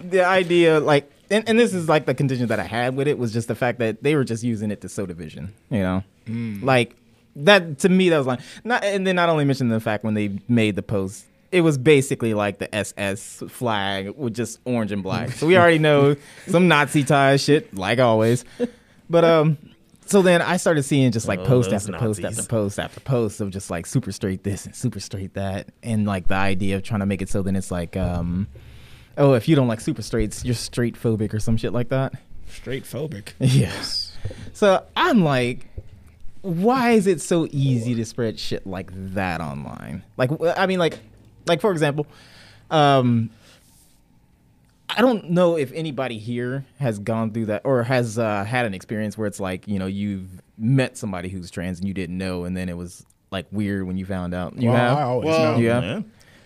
the idea, like, and, and this is like the condition that I had with it was just the fact that they were just using it to sow division, you know, Mm. like that to me that was like not. And then not only mention the fact when they made the post, it was basically like the SS flag with just orange and black. so we already know some Nazi tie shit, like always. But um, so then I started seeing just like Oh, post those after post Nazis. after post after post of just like super straight this and super straight that, and like the idea of trying to make it so then it's like um oh, if you don't like super straights, you're straight phobic or some shit like that. Straight phobic. Yes. So I'm like, why is it so easy to spread shit like that online? Like, wh- I mean, like, like for example, um, I don't know if anybody here has gone through that or has uh, had an experience where it's like, you know, you've met somebody who's trans and you didn't know, and then it was like weird when you found out? You Well, have. I always Well- know. you have? Yeah.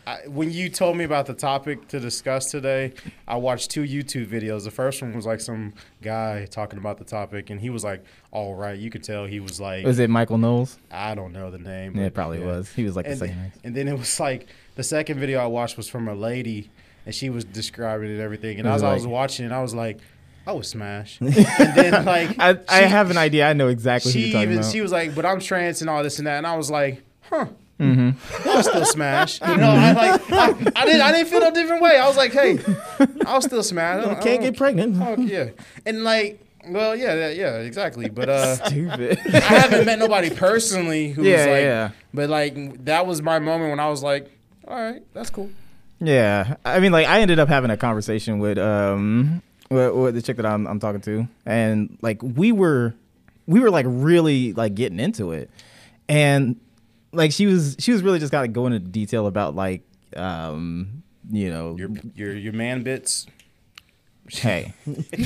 I, when you told me about the topic to discuss today, I watched two YouTube videos. The first one was like some guy talking about the topic, and he was like, "All right," you could tell he was like, Was it Michael Knowles? "I don't know the name." Yeah, but it probably was. He was like the and, second. Nice. and then it was like the second video I watched was from a lady, and she was describing it and everything. And as Was it I was like- watching, it, I was like, "Oh, smash!" and then like I, I she- have an idea. I know exactly who She you're talking even about. she was like, "But I'm trans and all this and that," and I was like, "Huh." Mm-hmm. I'll still smash. You know, I like I, I didn't I didn't feel no different way. I was like, hey, I'll still smash. I don't- I Can't don't- get pregnant. I don't- yeah. And like, well, yeah, yeah, yeah, exactly. But uh Stupid. I haven't met nobody personally who's Yeah, like yeah. but like that was my moment when I was like, all right, that's cool. Yeah, I mean, like I ended up having a conversation with um with, with the chick that I'm I'm talking to, and like we were we were like really like getting into it, and like she was she was really just kind of going into detail about like um you know Your your your man bits. hey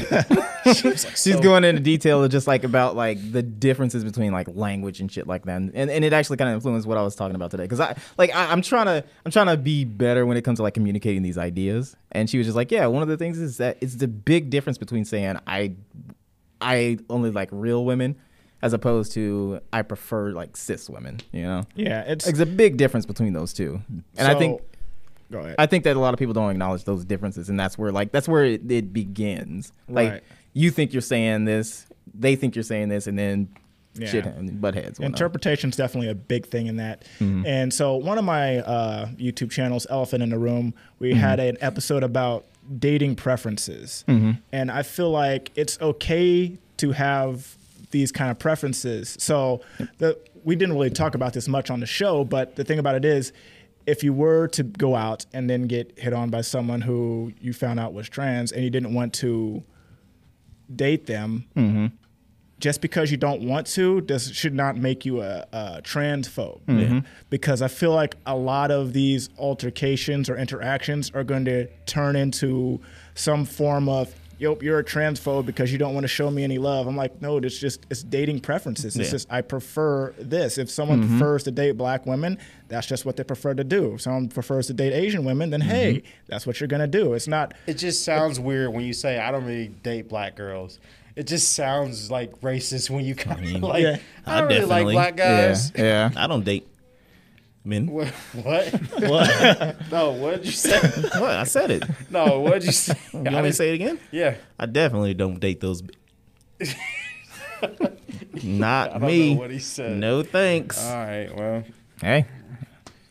She's like, she's so- going into detail just like about like the differences between like language and shit like that and and, and it actually kind of influenced what i was talking about today because i like I, i'm trying to i'm trying to be better when it comes to like communicating these ideas and she was just like yeah one of the things is that it's the big difference between saying i i only like real women as opposed to i prefer like cis women you know Yeah, it's it's a big difference between those two and i think so- Go ahead. I think that a lot of people don't acknowledge those differences, and that's where like that's where it, it begins. Like Right. you think you're saying this, they think you're saying this, and then Yeah. shit and butt heads. went up. Interpretation's definitely a big thing in that. And so one of my uh, YouTube channels, Elephant in the Room, we had an episode about dating preferences, and I feel like it's okay to have these kind of preferences. So the, we didn't really talk about this much on the show, but the thing about it is. If you were to go out and then get hit on by someone who you found out was trans and you didn't want to date them, just because you don't want to does should not make you a, a transphobe because i feel like a lot of these altercations or interactions are going to turn into some form of Yup, you're a transphobe because you don't want to show me any love. I'm like, no, it's just it's dating preferences. It's Yeah. just I prefer this. If someone prefers to date black women, that's just what they prefer to do. If someone prefers to date Asian women, then hey, that's what you're gonna do. It's not It just sounds weird when you say I don't really date black girls. It just sounds like racist when you kind of like Yeah. I don't I really like definitely- black guys. yeah, I don't date men. What? What? no, what did you say? What? I said it. You No, what did you say? I want me to didn't- say it again? Yeah. I definitely don't date those. b- Not I don't me. know what he said. No thanks. All right. Well, hey,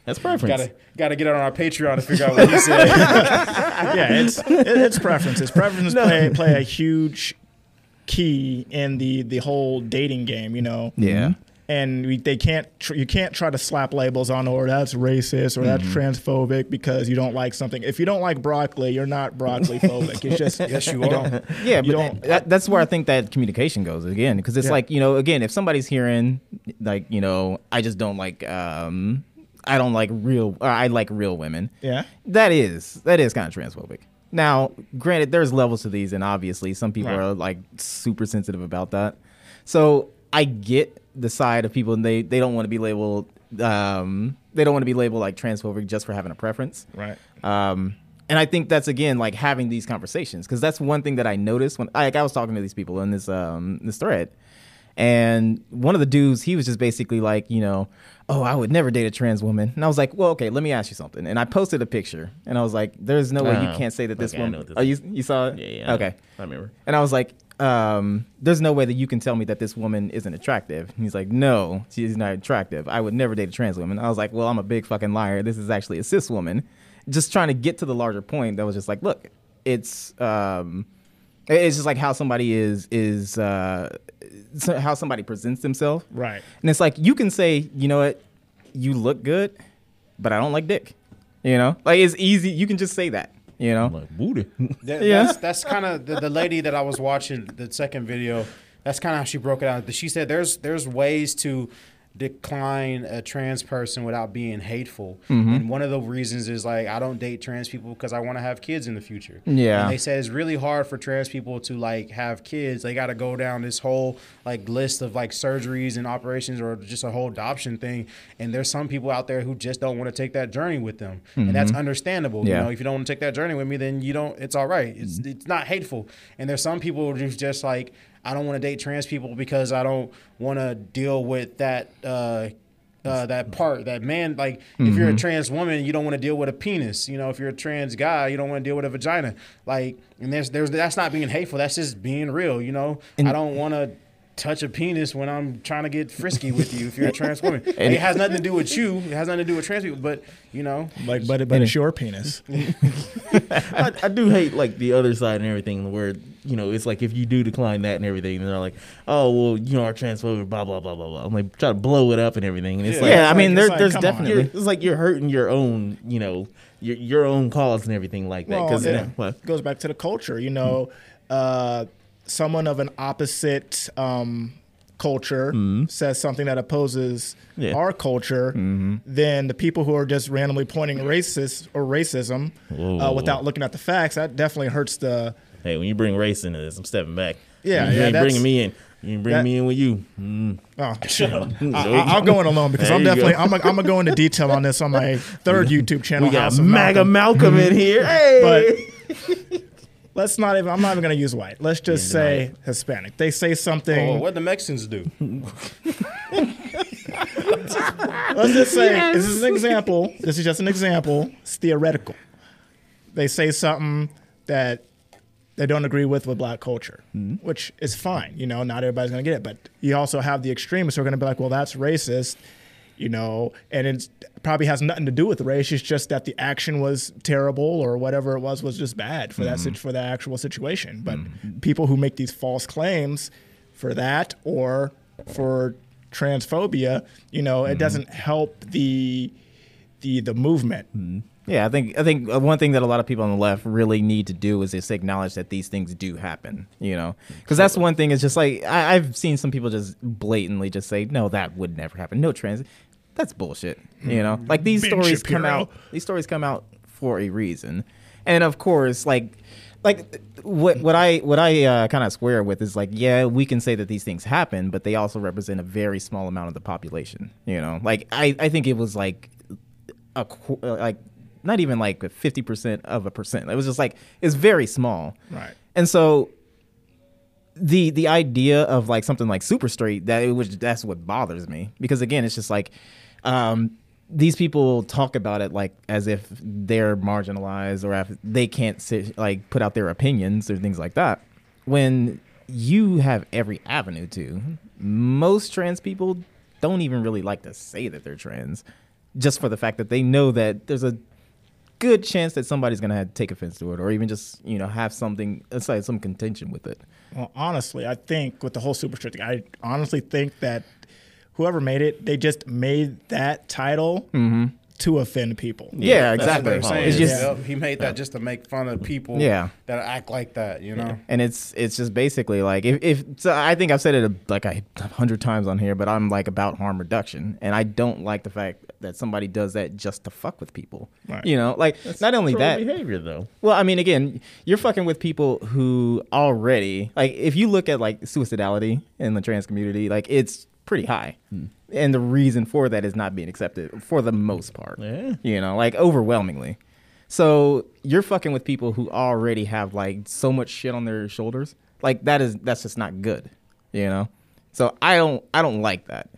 That's preference. gotta gotta get on our Patreon to figure out what he said. yeah, it's it, it's preferences. Preferences play play a huge key in the the whole dating game. You know. yeah, And we, they can't. Tr- you can't try to slap labels on or that's racist or that's Mm-hmm. transphobic because you don't like something. If you don't like broccoli, you're not broccoli phobic. It's just yes, you are. yeah. But don't- that, that's where I think that communication goes again, because it's Yeah. like you know, again, if somebody's hearing like you know, I just don't like um, I don't like real, or I like real women. yeah. That is that is kind of transphobic. Now, granted, there's levels to these, and obviously, some people Right. are like super sensitive about that. So I get the side of people, and they they don't want to be labeled. Um, they don't want to be labeled like transphobic just for having a preference. Right. Um, and I think that's again like having these conversations because that's one thing that I noticed when like I was talking to these people in this um this thread, and one of the dudes he was just basically like you know, oh I would never date a trans woman, and I was like, well okay let me ask you something, and I posted a picture, and I was like, there's no way you Oh, can't say that this okay, I know woman. what this Oh you you saw it? yeah, yeah. I- Okay. I remember. And I was like, um, there's no way that you can tell me that this woman isn't attractive. And he's like, no, she's not attractive. I would never date a trans woman. I was like, well, I'm a big fucking liar. This is actually a cis woman. Just trying to get to the larger point that was just like, look, it's um, it- it's just like how somebody is is uh, so- how somebody presents themselves. Right. And it's like you can say, you know what, you look good, but I don't like dick. You know, like it's easy. You can just say that. You know, Like booty. That, Yeah. That's, that's kind of the, the lady that I was watching the second video. That's kind of how she broke it out. She said there's there's ways to decline a trans person without being hateful. Mm-hmm. And one of the reasons is like I don't date trans people because I want to have kids in the future. Yeah. And they said it's really hard for trans people to like have kids. They got to go down this whole like list of like surgeries and operations or just a whole adoption thing. And there's some people out there who just don't want to take that journey with them, and that's understandable. Mm-hmm. Yeah. You know, if you don't want to take that journey with me, then you don't. It's all right. It's it's not hateful. And there's some people who's just like I don't want to date trans people because I don't want to deal with that. Uh, uh, that part, that man, like if you're a trans woman, you don't want to deal with a penis. You know, if you're a trans guy, you don't want to deal with a vagina. Like, and there's, there's, that's not being hateful. That's just being real. You know, I don't want to touch a penis when I'm trying to get frisky with you. If you're a trans woman, Like, it has nothing to do with you. It has nothing to do with trans people. But you know, Like, but it- but it's your penis. I, I do hate like the other side and everything where you know it's like if you do decline that and everything and they're like oh well you know our transphobic blah blah blah blah blah I'm like try to blow it up and everything and it's like yeah, I mean, it's there, like, there's come on. you're, definitely. it's like you're hurting your own you know your your own cause and everything like that because Well, yeah. it goes back to the culture, you know, uh, someone of an opposite um, culture says something that opposes Mm-hmm. Yeah. Mm-hmm. our culture, then the people who are just randomly pointing racist or racism uh, Whoa. without looking at the facts, that definitely hurts the. hey when you bring race into this I'm stepping back Yeah, you yeah, ain't that's- bringing me in you ain't bringing that- me in with you Oh, I, I- I'll go in alone because I'm There you definitely go. I'm gonna- I'm gonna go into detail on this on my third YouTube channel. we got House of MAGA Malcolm. Malcolm, in here hey but let's not even. I'm not even gonna use white. Let's just Yeah, Oh, say Hispanic. They say something. what the Mexicans do? Let's just say this is an example. This is just an example. It's theoretical. They say something that they don't agree with with black culture, which is fine. You know, not everybody's going to get it. But you also have the extremists who are going to be like, well, that's racist, you know, and it probably has nothing to do with race. It's just that the action was terrible or whatever it was was just bad for that Mm-hmm. sit- for the actual situation. But people who make these false claims for that or for transphobia, you know, Mm-hmm. it doesn't help the the the movement. Mm-hmm. Yeah, I think I think uh, one thing that a lot of people on the left really need to do is just acknowledge that these things do happen. You know, because that's one thing. Is just like I, I've seen some people just blatantly just say, "No, that would never happen. No trans." That's bullshit. You know, like these Ben stories come Shapiro. out. These stories come out for a reason, and of course, like. Like what what I what I uh, kind of swear with is like yeah we can say that these things happen but they also represent a very small amount of the population you know like I, I think it was like a qu- uh, like not even like fifty percent of a percent. It was just like it's very small. Right. And so the the idea of like something like super straight that it was that's what bothers me because again it's just like um these people talk about it like as if they're marginalized or if they can't sit, like put out their opinions or things like that when you have every avenue to most trans people don't even really like to say that they're trans just for the fact that they know that there's a good chance that somebody's gonna have, take offense to it or even just you know have something it's like some contention with it Well, honestly, I think with the whole super strict, I honestly think that whoever made it, they just made that title to offend people. Mm-hmm. Yeah, That's exactly. what they're saying. It's just Yep, he made that just to make fun of people Yeah. that act like that, you know? and it's it's just basically like if, if so I think I've said it a- like a hundred times on here, but I'm like about harm reduction, and I don't like the fact that somebody does that just to fuck with people. Right. You know, like not only Troll that, behavior though well, I mean, again, you're fucking with people who already like if you look at like suicidality in the trans community, like it's pretty high. And the reason for that is not being accepted for the most part. Yeah. You know, like overwhelmingly. So you're fucking with people who already have like so much shit on their shoulders. Like that is that's just not good. You know? So I don't I don't like that.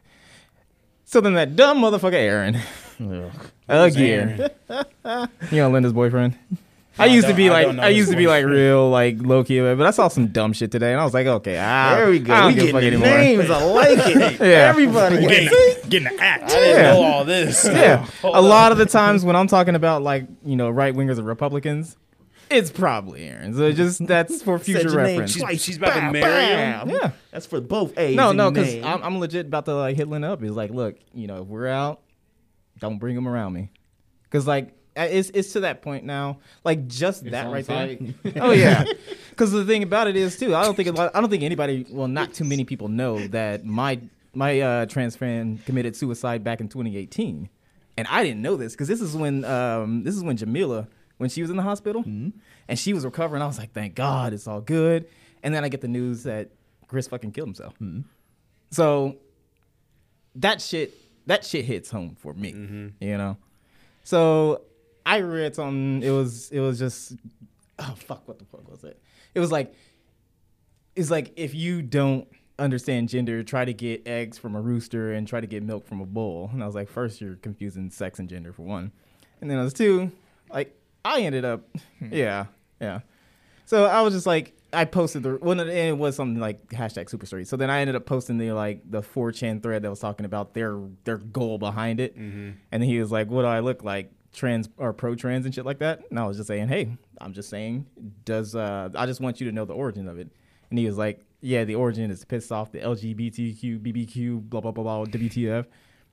So then that dumb motherfucker Aaron Ugh. again. You know Linda's boyfriend? I used to don't- be I like don't know I, his used to be like real like low key, but I saw some dumb shit today, and I was like, okay, ah, there we go I don't we give a getting fuck the anymore. names I like it Yeah, everybody Getting, a, getting an act. I didn't Yeah. know all this. yeah. A lot of the times when I'm talking about like you know right wingers or Republicans, it's probably Aaron. So just that's for future Said your name reference. twice. She's about to Bow, marry bow. him? Yeah. That's for both A's. No, in no, your because name. I'm, I'm legit about to like hit Lynn up. It's like, look, you know, if we're out, don't bring them around me, because like I- it's it's to that point now. Like just that on right site. there. oh yeah, because the thing about it is too. I don't think a lot, I don't think anybody. Well, not too many people know that my my uh, trans fan committed suicide back in 2018, and I didn't know this because this is when um, this is when Jamila when she was in the hospital and she was recovering. I was like, thank God, it's all good. And then I get the news that Chris fucking killed himself. So that shit that shit hits home for me, you know. So I read something. It was it was just oh fuck, what the fuck was it? It was like it's like if you don't understand gender, try to get eggs from a rooster and try to get milk from a bull. And I was like, first you're confusing sex and gender for one, and then I was two. Like I ended up, yeah, yeah. So I was just like, I posted the well, no, it was something like hashtag super story. So then I ended up posting the like the 4chan thread that was talking about their their goal behind it, and he was like, "What do I look like, trans or pro trans and shit like that?" And I was just saying, "Hey, I'm just saying, does uh, I just want you to know the origin of it?" And he was like, "Yeah, the origin is pissed off the LGBTQ, BBQ, blah blah blah blah, WTF,"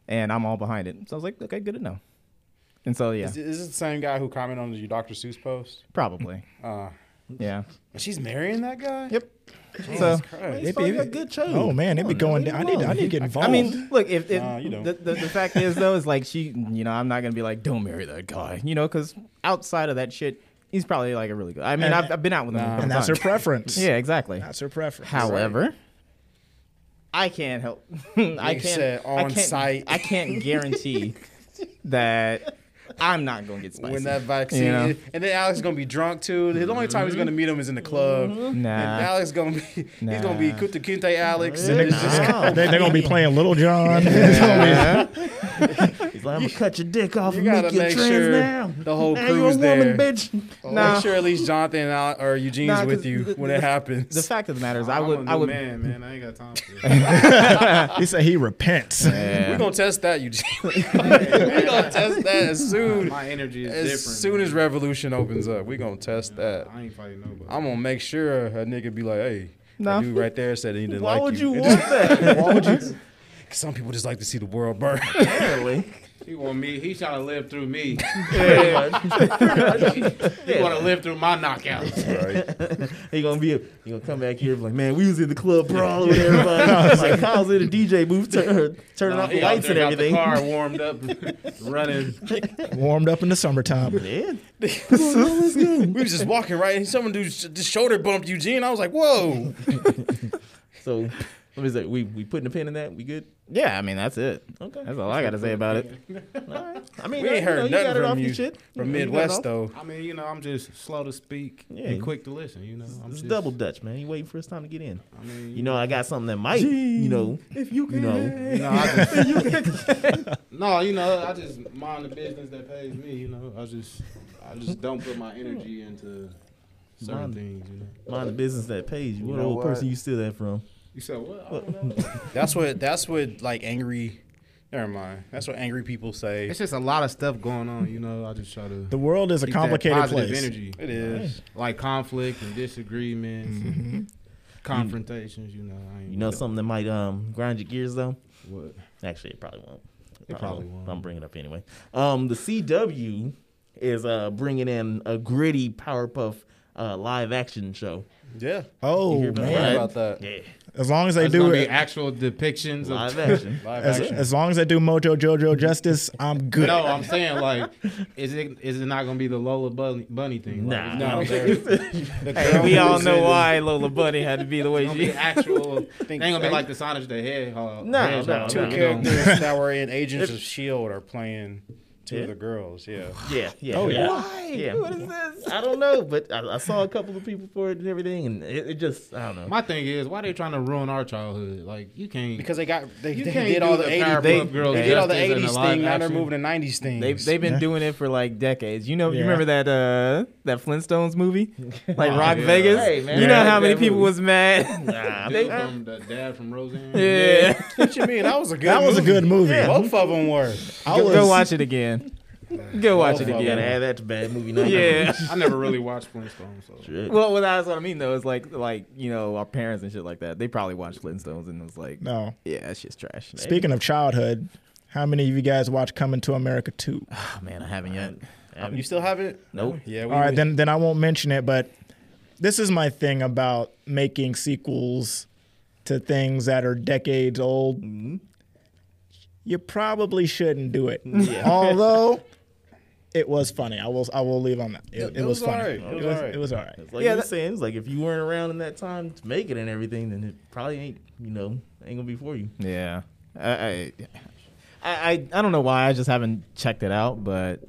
and I'm all behind it. So I was like, "Okay, good to know." And so yeah, Is, is this the same guy who commented on your Dr. Seuss post? probably, Uh, yeah. she's marrying that guy. Yep. so. It'd It's probably a good show. Oh man, it'd be going. down. I need. I need to get involved. I mean, look, if, if Nah, you don't. the, the, the fact is though, is like she, you know, I'm not gonna be like, don't marry that guy, you know, because outside of that shit, he's probably like a really good. I mean, And- I've, I've been out with him, a couple and that's her times. preference. yeah, exactly. that's her preference. However, I can't help. I Nigga can't. said I on can't, site. I can't guarantee that I'm not gonna get spicy. When that vaccine, You know? Mm-hmm. and then Alex is gonna be drunk too. The only time he's gonna meet him is in the club. Nah. and Alex gonna be, he's gonna be Nah. Kuta Kinte Alex. Then It's just- they, they, are gonna be playing Little John. It's gonna be- He's like, I'm gonna cut your dick off you and make gotta you make trans sure now. the whole now crew's you're a woman, there. Oh, bitch. Nah. Make sure at least Jonathan and Ale- or Eugene's Nah, 'cause with you the- when the- it happens. the fact of the matter is, I I'm a would. new I would. man, man. I ain't got time for this. he said he repents. We're gonna test that, Eugene. We're gonna test that as soon My energy is as different. soon as Revolution opens up. We're gonna test that. I ain't fighting nobody. I'm gonna make sure a nigga be like, hey, Nah. that dude right there said he didn't Why like would you you. want that? Why would you? Some people just like to see the world burn. Apparently. He want me. He trying to live through me. Yeah. He want to live through my knockouts. He gonna be, he gonna come back here and be like, man, we was in the club brawling with everybody. like Kyle's in the DJ booth, tur- turning off the He out lights there and got everything. The car warmed up, running. Warmed up in the summertime. Yeah. we was just walking right, and someone dude sh- just shoulder bumped Eugene. I was like, whoa. So let me say, we we putting a pin in that. We good? Yeah, I mean, that's it. Okay. That's all I gotta say about it. I mean, We ain't you know, heard you nothing got it off from your you shit. from You got it Midwest off. though. I mean, you know, I'm just slow to speak Yeah. and quick to listen. You know, I'm It's just double Dutch, man. You waiting for his time to get in. I mean, You know, I got something that might, you know, if you can, you know, you know, I just, no, you know, I just mind the business that pays me. You know, I just, I just don't put my energy into certain Mind- things. You know, mind the business that pays you. What know old what? person you steal that from? you said what? I don't know. That's what that's what like angry. Never mind. That's what angry people say. It's just a lot of stuff going on. You know, I just try to The world is a keep that complicated positive place. energy. It is. like conflict and disagreements, and confrontations. You know, I ain't Mm-hmm. You know, something that might um grind your gears though. what. Actually, it probably won't. It probably won't. I'm bringing it up anyway. Um, the CW is uh bringing in a gritty Powerpuff uh live action show. Yeah. You Oh hear about man! that? about that. Yeah, As long as they It's do gonna be it, actual depictions of live action. Live as, action. as long as they do Mojo Jojo justice, I'm good. No, I'm saying like, is it is it not gonna be the Lola Bunny, bunny thing? Like, Nah. it's No, gonna they're- the girl we who all was know in the- why Lola Bunny had to be the way gonna she. be actual. They ain't gonna be so. like the Sonic the Hedgehog. No, Hedgehog. no, Two no. You know, characters that were in Agents of Shield E are playing two Yeah. of the girls. Yeah. Yeah, yeah. Oh, yeah. Why? Yeah. What is this? I don't know, but I, I saw a couple of people for it and everything, and it, it just I don't know. My thing is, why they trying to ruin our childhood? Like, you can't. Because they got they, you they can't did do all the the 80s. Powerpuff They, Girls they did all the justice in a 80s live thing. Now they're action. moving to 90s things. They've they've been Yeah. doing it for like decades. You know, you Yeah. remember that uh that Flintstones movie, like Rock yeah. Vegas. Hey, man, you know I how like many that people movie. was mad. Nah, Dude from the dad from Roseanne. yeah, what you mean? That was a good. that was a good movie. Both of them were. I go, was, go watch it again. Go watch fuck. it you gotta again. add that to bad movie night. Yeah. I never really watched Flintstones. So. Shit. Well, well, that's what I mean though. Is like like you know our parents and shit like that. They probably watched Flintstones and was like, No. yeah, that shit's trash. Speaking of childhood, how many of you guys watch Coming to America 2? Oh man, I haven't yet. You still have it? Nope. Yeah. We, All right, then then I won't mention it, but this is my thing about making sequels to things that are decades old you probably shouldn't do it. Although it was funny. I will I will leave on that. It, it was, was all funny. right. It, was, it was all right. It's like Yeah, you were that- saying, it's like if you weren't around in that time to make it and everything, then it probably ain't, you know, ain't gonna be for you. Yeah. I, I, I, I- I don't know why. I just haven't checked it out, but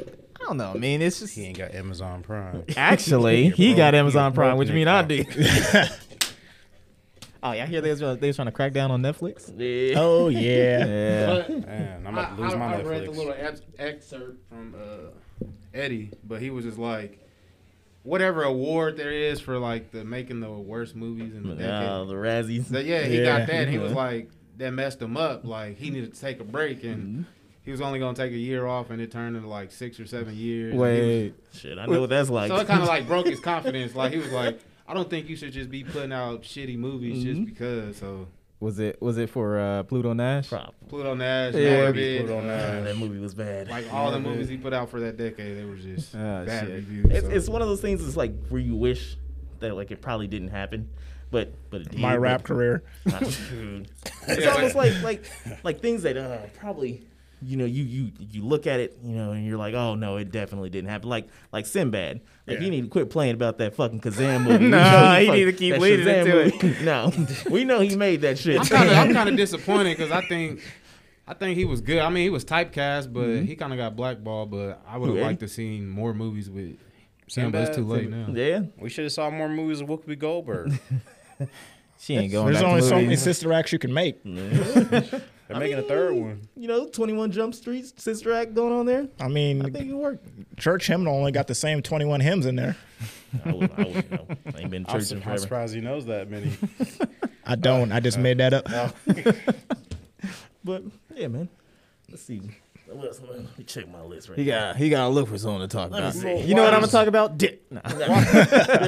I don't know. I mean, it's just He ain't got Amazon Prime. actually he broke- got you're Amazon broke, Prime, which Nick, mean I now. do. oh yeah, I hear they was, they was trying to crack down on Netflix. Yeah. Oh yeah. Yeah. But Man, I'm I, about to lose I- my I read the Netflix. little ex- excerpt from uh, Eddie, but he was just like, whatever award there is for like the making the worst movies in the decade. Uh, the Razzies. So, yeah, he Yeah. got that. He was like, that messed him up. Like he needed to take a break, and he was only gonna take a year off, and it turned into like six or seven years. And he was- Wait. Shit, I know what that's like. so it kind of like broke his confidence. Like he was like, I don't think you should just be putting out shitty movies just because. So Was it was it for uh, Pluto Nash? Prop. Pluto Nash, Yeah, yeah, Pluto Uh, that movie was bad. like all the movies he put out for that decade, they were just Ah, bad shit. reviews. it's, so. it's one of those things. It's like where you wish that like it probably didn't happen, but but it did. My rap career. it's Yeah. almost like like like things that uh, probably you know you you you look at it you know and you're like oh no it definitely didn't happen like like Sinbad like you need to quit playing about that fucking Kazam movie We Nah, know he fuck- need to keep that leading Shazam into it. movie- no we know he made that shit I'm kind of I'm kind of disappointed because I think I think he was good. I mean, he was typecast, but Mm-hmm. he kind of got blackballed. But I would Who, have Eddie? liked to seen more movies with him, but it's too late now. yeah We should have saw more movies of Whoopi Goldberg. She ain't going. There's back only to so many movies. sister acts you can make. They're making a third one. you know 21 Jump Street Sister Act going on there I I mean, think it worked church hymnal only got the same 21 hymns in there. I, would, I, would, you know, I ain't been to I'm church in surprised, forever he knows that many. I don't. I just made that up. but yeah man let's see what else let me check my list right He got he got to look for something to talk Let me about. see. You know what I'm gonna talk about? Dick. Nah.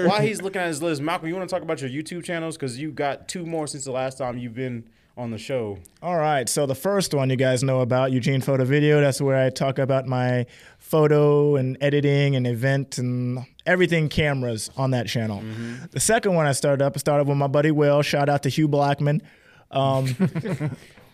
While he's looking at his list, Malcolm, you want to talk about your YouTube channels because you got two more since the last time you've been on the show. All right. So the first one you guys know about, Eugene Photo Video. That's where I talk about my photo and editing and event and everything cameras on that channel. Mm-hmm. The second one I started up, I started with my buddy Will. Shout out to Hugh Blackman. Um,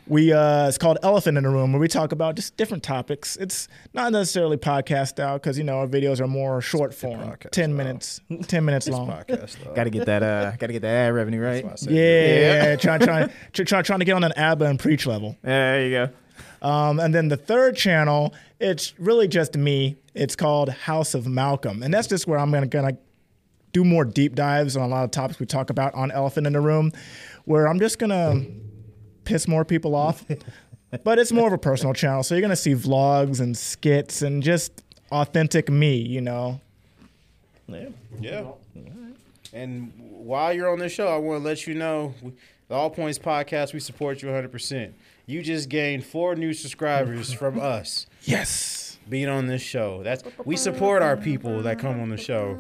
we uh, it's called Elephant in the Room, where we talk about just different topics. It's not necessarily podcast style because you know our videos are more short form, podcast ten style. minutes, ten minutes long. podcast. Though. Got to get that uh, got to get that ad revenue right. I said, Yeah, yeah, trying, trying, trying, trying to get on an ABBA and preach level. There you go. Um, and then the third channel, it's really just me. It's called House of Malcolm, and that's just where I'm gonna gonna do more deep dives on a lot of topics we talk about on Elephant in the Room, where I'm just gonna piss more people off. but it's more of a personal channel, so you're gonna see vlogs and skits and just authentic me, you know. yeah. Yeah. And while you're on this show, I want to let you know we, the All Points Podcast, we support you 100%. You just gained four new subscribers from us Yes. being on this show. That's We support our people that come on the show.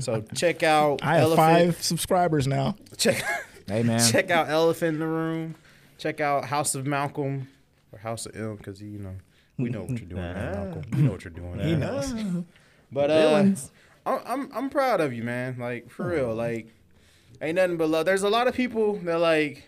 So check out I have Elephant- five subscribers now. Check, Hey man. check out Elephant in the Room. Check out House of Malcolm or House of M because, you know, we know what you're doing, man, Malcolm. We know what you're doing. He knows. But uh, I'm, I'm I'm proud of you, man. Like for real, like ain't nothing but love. There's a lot of people that like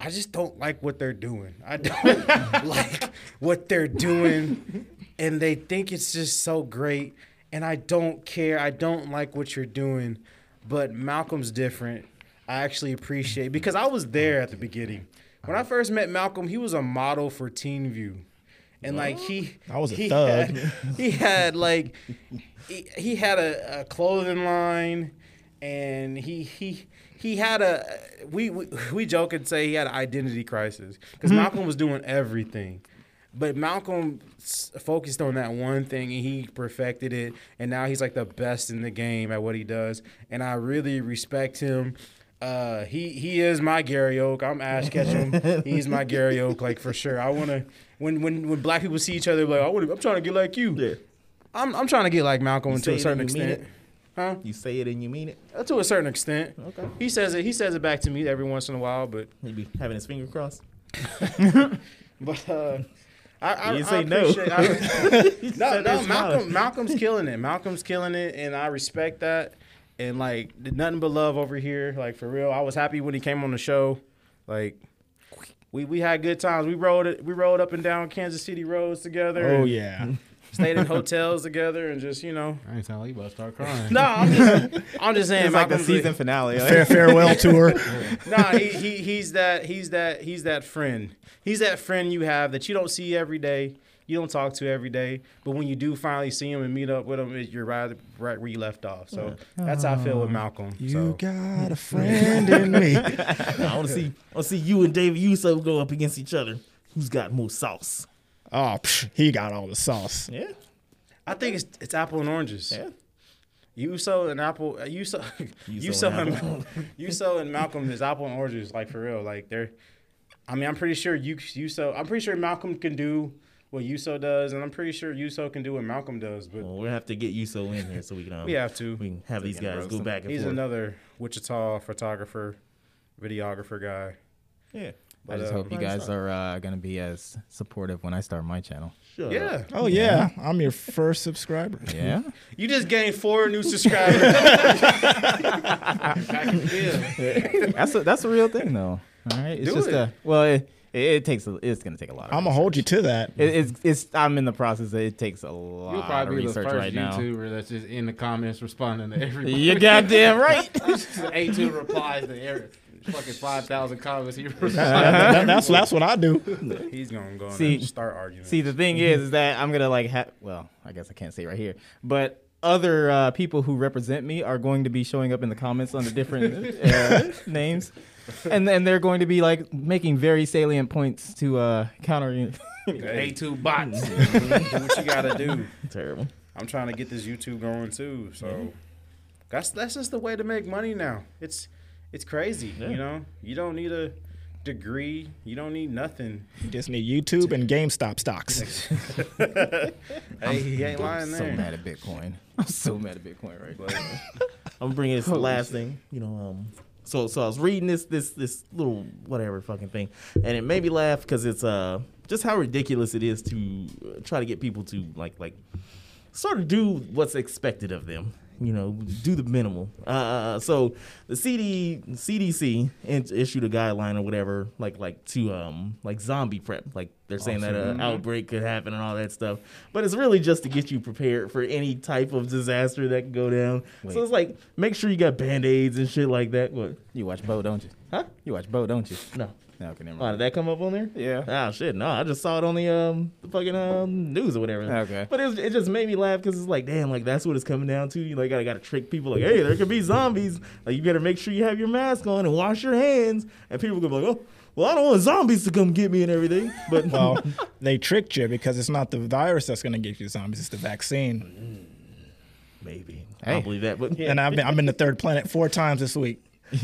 I just don't like what they're doing. I don't like what they're doing, and they think it's just so great. And I don't care. I don't like what you're doing, but Malcolm's different. I actually appreciate because I was there at the beginning. When I first met Malcolm, he was a model for Teen View. And like he I was a he thug. had- he had like he, he had a, a clothing line and he he he had a we we, we joke and say he had an identity crisis because Malcolm was doing everything but Malcolm s- focused on that one thing and he perfected it and now he's like the best in the game at what he does and I really respect him uh, he he is my Gary Oak. I'm Ash Ketchum. He's my Gary Oak, like for sure. I wanna when when when black people see each other, like I want I'm trying to get like you. Yeah. I'm I'm trying to get like Malcolm to say a it certain and you mean extent. Huh? You say it and you mean it. Uh, To a certain extent. Okay. He says it. He says it back to me every once in a while, but He'd be having his finger crossed. but uh, I I, You didn't I say no. appreciate. I, no, said no, it's Malcolm, Malcolm's killing it. Malcolm's killing it, and I respect that. And like nothing but love over here, like for real. I was happy when he came on the show. Like We we had good times. We rode it. We rode up and down Kansas City roads together. Oh and yeah. Stayed in hotels together and just you know. I ain't sound like you about to start crying. No, I'm just I'm just saying. It's like the Malcolm's a- season finale. Fair, farewell tour. nah, he, he he's that he's that he's that friend. He's that friend you have that you don't see every day, you don't talk to every day, but when you do finally see him and meet up with him, it- you're right right where you left off. So that's how I feel with Oh, Malcolm. so. got a friend in me. I want to see, I want to see you and David Yusuf go up against each other. Who's got more sauce? Oh, psh, he got all the sauce. Yeah, I think it's it's apple and oranges. yeah. Uso and apple, uh, Uso, Uso and and Uso and Malcolm is apple and oranges, like for real. Like they're, I mean, I'm pretty sure you Uso, I'm pretty sure Malcolm can do what Uso does, and I'm pretty sure Uso can do what Malcolm does. But Well, we'll have to get Yusuf in here so we can. Um, we have to. We can have these guys go back and He's forth. another Wichita photographer, videographer guy. yeah, I just uh, hope you guys are uh, gonna be as supportive when I start my channel. Shut up. Yeah, Oh yeah, I'm your first subscriber. Yeah. you just gained four new subscribers. that's a, that's a real thing though. All right, it's Do just it. a well, it, it, it takes a, it's gonna take a lot. Of I'm gonna hold you to that. It, it's it's I'm in the process. It takes a lot You'll probably of be the research first right now. YouTuber that's just in the comments responding to everybody. You goddamn right. A two replies to every fucking five thousand comments. He That- that's that's what I do. He's gonna go in See- and start arguing. See, the thing is, is that I'm gonna like have. Well, I guess I can't say right here, but other uh, people who represent me are going to be showing up in the comments under different uh, names, and then they're going to be like making very salient points to uh, counter. hey, A two bots. do what you gotta do. Mm, Terrible. I'm trying to get this YouTube going too. So that's that's just the way to make money now. It's it's crazy. You know, you don't need a degree. You don't need nothing. You just need YouTube and GameStop stocks. Hey, he ain't I'm lying so there. mad at Bitcoin. I'm so mad at Bitcoin right now. I'm bringing this last thing, you know. Um, so so I was reading this this this little whatever fucking thing, and it made me laugh because it's uh just how ridiculous it is to uh, try to get people to like like sort of do what's expected of them. You know, do the minimal. Uh, so the CD CDC in- issued a guideline or whatever, like like to um like zombie prep. Like they're saying that an outbreak could happen and all that stuff, but it's really just to get you prepared for any type of disaster that could go down. So it's like make sure you got band aids and shit like that. What? You watch Bo, don't you? Huh? You watch Bo, don't you? No. No, okay, never Oh, did mind. that come up on there? Yeah. Oh shit, no! I just saw it on the um the fucking um news or whatever. Okay. But it, was, it just made me laugh because it's like, damn, like that's what it's coming down to. You like gotta gotta trick people like, hey, there could be zombies. Like you better make sure you have your mask on and wash your hands. And people gonna be like, oh, well, I don't want zombies to come get me and everything. But Well, they tricked you because it's not the virus that's gonna get you zombies; it's the vaccine. maybe I Hey. don't believe that. But yeah. And I've been I've been to Third Planet four times this week.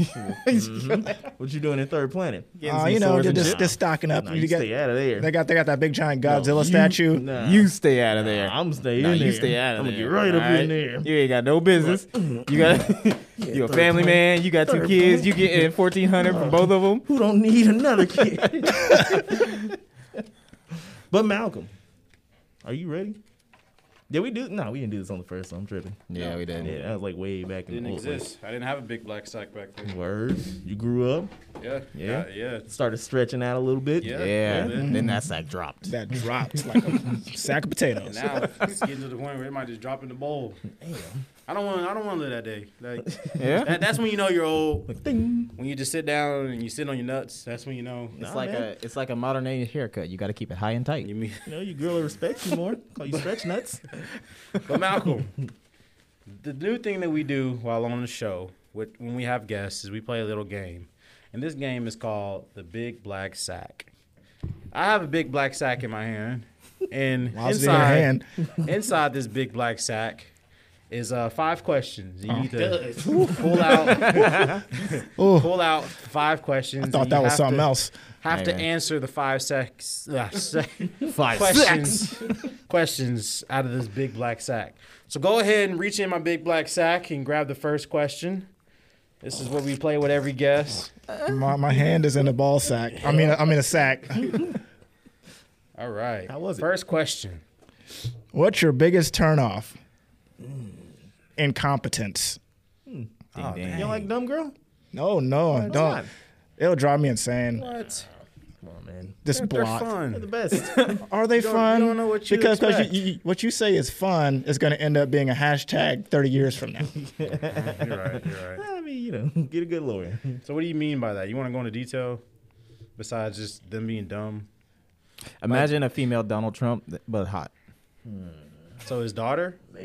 what you doing in Third Planet? Uh, you know, just, just, just stocking up. Nah, you you got- stay out of there. they got they got that big giant Godzilla statue. Nah. You stay out of there. I'm staying Nah, in there. you stay out of I'm there. gonna get right up alright? in there. You ain't got no business. You got you a third family planet. man. You got two Third kids. You getting fourteen hundred from both of them. who don't need another kid. but Malcolm, are you ready? Did we do? No, we didn't do this on the first. one. I'm tripping. Yeah, we did. Yeah, that was like way back in Didn't the old days. exist. I didn't have a big black sack back then. Words. You grew up, Yeah, Yeah? yeah, yeah. started stretching out a little bit. Yeah. Yeah. Mm-hmm. Mhm. Then that sack dropped. That dropped like a sack of potatoes. Now it's getting to the point where it might just drop in the bowl. I don't want. I don't want to live that day. Like Yeah. that, that's when you know you're old. When you just sit down and you sit on your nuts. That's when you know. It's like a it's like a modern day haircut. You got to keep it high and tight. You mean, You know, your girl will respect you more. Call you stretch nuts. but Malcolm, the new thing that we do while on the show, with, when we have guests, is we play a little game, and this game is called the Big Black Sack. I have a big black sack in my hand, and Lost it in your inside hand. inside this big black sack is uh, five questions. You need to pull out Oh, pull out five questions. I thought that was something else. Have to Amen. answer the five sex, uh, sec- Five questions questions out of this big black sack. So go ahead and reach in my big black sack and grab the first question. This is what we play with every guest. My, my hand is in a ball sack. I mean, I'm in a sack. All right. How was it? First question. What's your biggest turnoff? Incompetence. Ding, ding. You don't like dumb girl? No, no, don't. It'll drive me insane. What? man. This They're block. They're the fun. best. Are they don't- you fun? don't know what you because 'cause expect. you, you, what you say is fun is going to end up being a hashtag 30 years from now. You're right. You're right. I mean, you know, get a good lawyer. So what do you mean by that? You want to go into detail besides just them being dumb? Imagine a female Donald Trump, th- but hot. So his daughter? we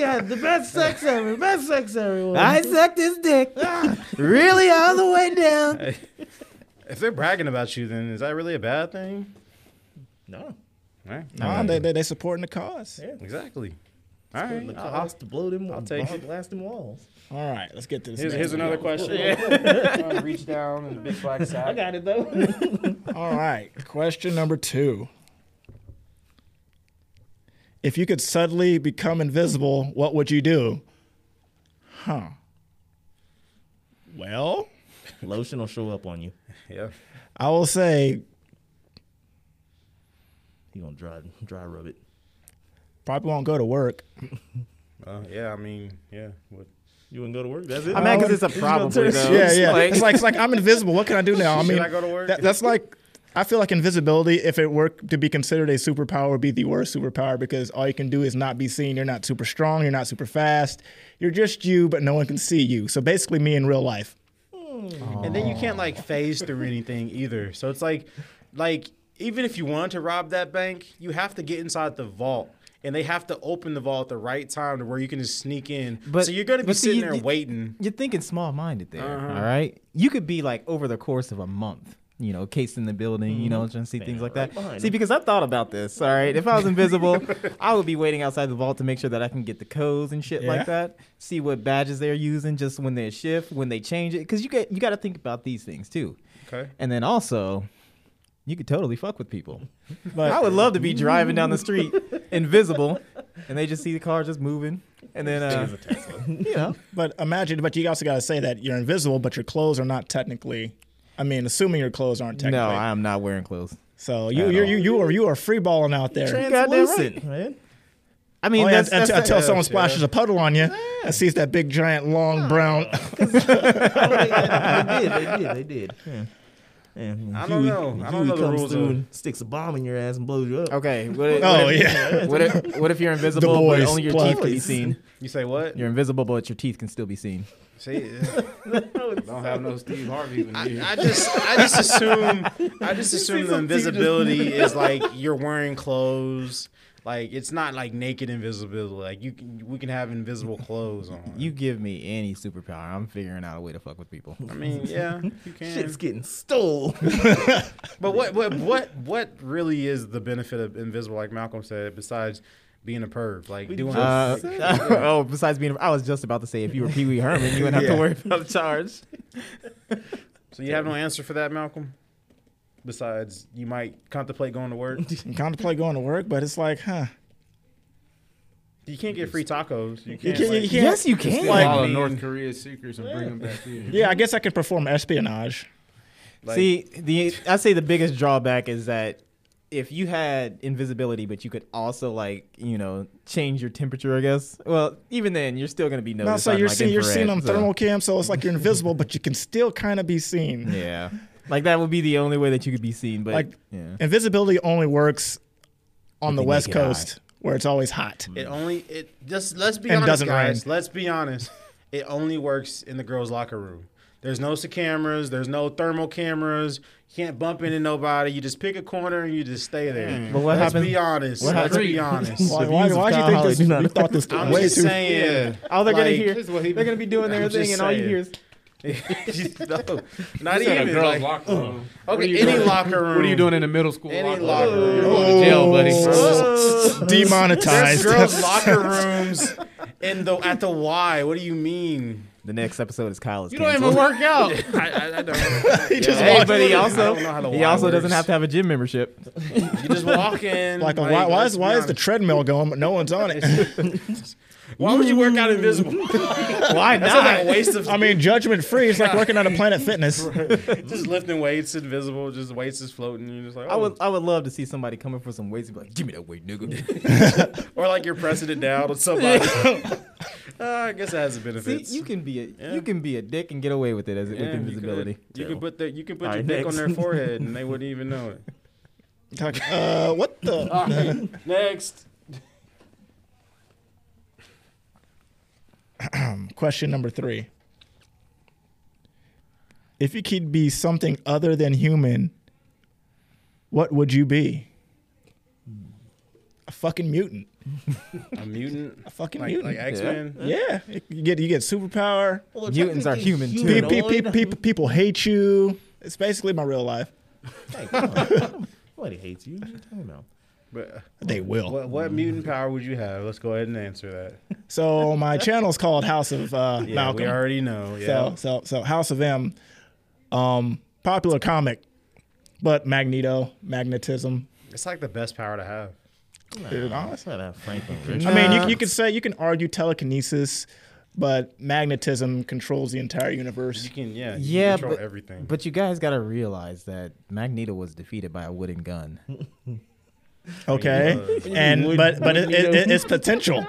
had the best sex ever. Best sex ever. sucked his dick really all the way down. If they're bragging about you, then is that really a bad thing? no. Right? Nah, they, they, they supporting the cause. Exactly. All right. The I'll- cost to blow them. I'll take it. blast them walls. All right, let's get to this. Here's, next here's one. another question. Reach down and big black sack. I got it though. All right, question number two. If you could suddenly become invisible, what would you do? Huh. Well, Lotion will show up on you. Yeah. I will say He gonna dry dry rub it. probably won't go to work. Uh, yeah. I mean, yeah. What? You wouldn't go to work. That's it. I mean, because it's a probably though. Yeah, yeah. Like, it's like it's like I'm invisible. What can I do now? I Should mean, I go to work? that- that's like I feel like invisibility, if it were to be considered a superpower, would be the worst superpower because all you can do is not be seen. You're not super strong. You're not super fast. You're just you, but no one can see you. So basically, me in real life. And then you can't like phase through anything either. So it's like, like even if you wanted to rob that bank, you have to get inside the vault. And they have to open the vault at the right time to where you can just sneak in. But- so you're gonna be but see, sitting you- there waiting. You're thinking small minded there. all right. You could be like over the course of a month, you know, cased in the building, you know, trying to see things like that. behind see, him. because I've thought about this. All right. If I was invisible, I would be waiting outside the vault to make sure that I can get the codes and shit Yeah. like that. See what badges they're using just when they shift, when they change it. Because you, get- you got to think about these things too. Okay. And then also, you could totally fuck with people. But I would love to be driving down the street invisible and they just see the car just moving. And then, uh, you know. But imagine, but you also got to say that you're invisible, but your clothes are not technically. I mean, assuming your clothes aren't No, technically. I am not wearing clothes. so you at you all. you you are you are free balling out there. Translucent, man. I mean, Oh, yeah, that's, that's, until, until that's- someone splashes a puddle on you and sees that big giant long brown. they did. They did. They did. Yeah. Yeah. I don't know. I don't know the comes rules through of- and sticks a bomb in your ass and blows you up. okay. What if, Oh what if, yeah. What if, what if you're invisible, The but boys only your plug. teeth can be seen? You say what? You're invisible, but your teeth can still be seen. See, Don't have no Steve Harvey in here. I just, I just assume, I just assume the invisibility is like you're wearing clothes. Like it's not like naked invisibility. Like you can, we can have invisible clothes on. You give me any superpower, I'm figuring out a way to fuck with people. I mean, yeah, you can. Shit's getting stole. But what what what what really is the benefit of invisible? Like Malcolm said, besides being a perv, like doing Uh, oh, besides being, I was just about to say, if you were Pee Wee Herman, you wouldn't have Yeah. to worry about a charge. so you have no answer for that, Malcolm. Besides, you might contemplate going to work. You contemplate going to work, but it's like, huh? You can't get free tacos. You You can't. can't, you like- can't- Yes, you can. like- all of mean- North Korea's secrets and bring them back here. Yeah, I guess I could perform espionage. like- See, the I say the biggest drawback is that if you had invisibility, but you could also like you know change your temperature, I guess. Well, even then, you're still gonna be noticed. No, so on, you're like, seeing you're seeing them infrared, so- thermal cam, so it's like you're invisible, but you can still kind of be seen. Yeah, like that would be the only way that you could be seen. But Like- yeah, Invisibility only works on With the the West naked eye. Coast where it's always hot. It only it just let's be And honest, doesn't guys. Let's be honest. It only works in the girls' locker room. There's no s- cameras. There's no thermal cameras. You can't bump into nobody. You just pick a corner and you just stay there. Hmm. But what let's happens- be honest. what let's happens- be honest. Why, The why, views of why'd you Kyle think Holly this? do not- You thought this I'm way just too? saying. all they're like, gonna hear, this is what he- they're gonna be doing their I'm just thing, and all you saying. hear is no, not This ain't a even. girl's Like, locker room. What are okay, you any doing? locker room. What are you doing in the middle school Any locker, locker room? room. You're going to jail, buddy. There's Demonetized. girls' locker rooms in the at the Y. What do you mean? the next episode is Kyle is You don't even canceled. work out. Oh, I, I, I don't know. He just Hey, walked- but he I also don't know how the he Y also doesn't works. have to have a gym membership. You just walk in. like, a, why, why let's is be why is the honest. treadmill going, but no one's on it? Why would you work out invisible? Why That's like not? a waste of I mean, judgment free. It's like working out at Planet Fitness. just lifting weights invisible, just weights is floating. You're just like, I oh. would I would love to see somebody coming for some weights and be like, give me that weight, nigga. or like you're pressing it down with somebody. Uh, I guess that has a benefit. See, you can be a Yeah. you can be a dick and get away with it as with invisibility. You can put their, you can put All your right, dick on next. their forehead and they wouldn't even know it. Uh, what the? All right, next. Question number three. If you could be something other than human, what would you be? A fucking mutant. A mutant, A fucking like, mutant. like X Men. yeah, you get you get superpower. Mutants are human too. Pe- Dude, pe- pe- pe- people hate you. It's basically my real life. Nobody hates you. What you talking about? But uh, They will. what what mutant power would you have? Let's go ahead and answer that. So my channel's called House of uh, Yeah, Malcolm. we already know. Yeah. So so so House of M, um, popular comic, but Magneto, magnetism. It's like the best power to have. Dude, That's not that Franklin. Richard. I mean, you, you could say you can argue telekinesis, but magnetism controls the entire universe. You can yeah, you Yeah, can control but- everything. But you guys gotta realize that Magneto was defeated by a wooden gun. Okay, and but but it, it, it, it's potential.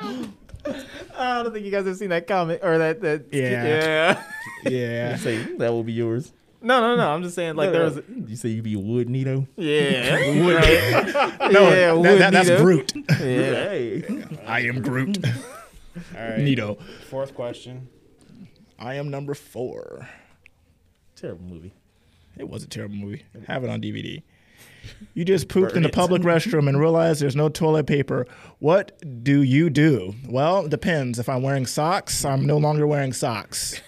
I don't think you guys have seen that comment or that that. Yeah. yeah. Yeah, say that will be yours. No, no, no. I'm just saying like there was. you say you be wood Nito. Yeah. Wood. no, that, that, that's Groot. Yeah. Hey, I am Groot. All right. Nito. Fourth question. I am number four. terrible movie. It was a terrible movie. Have it on DVD. You just pooped in Burn the it. public restroom and realize there's no toilet paper. What do you do? Well, it depends. If I'm wearing socks, I'm no longer wearing socks.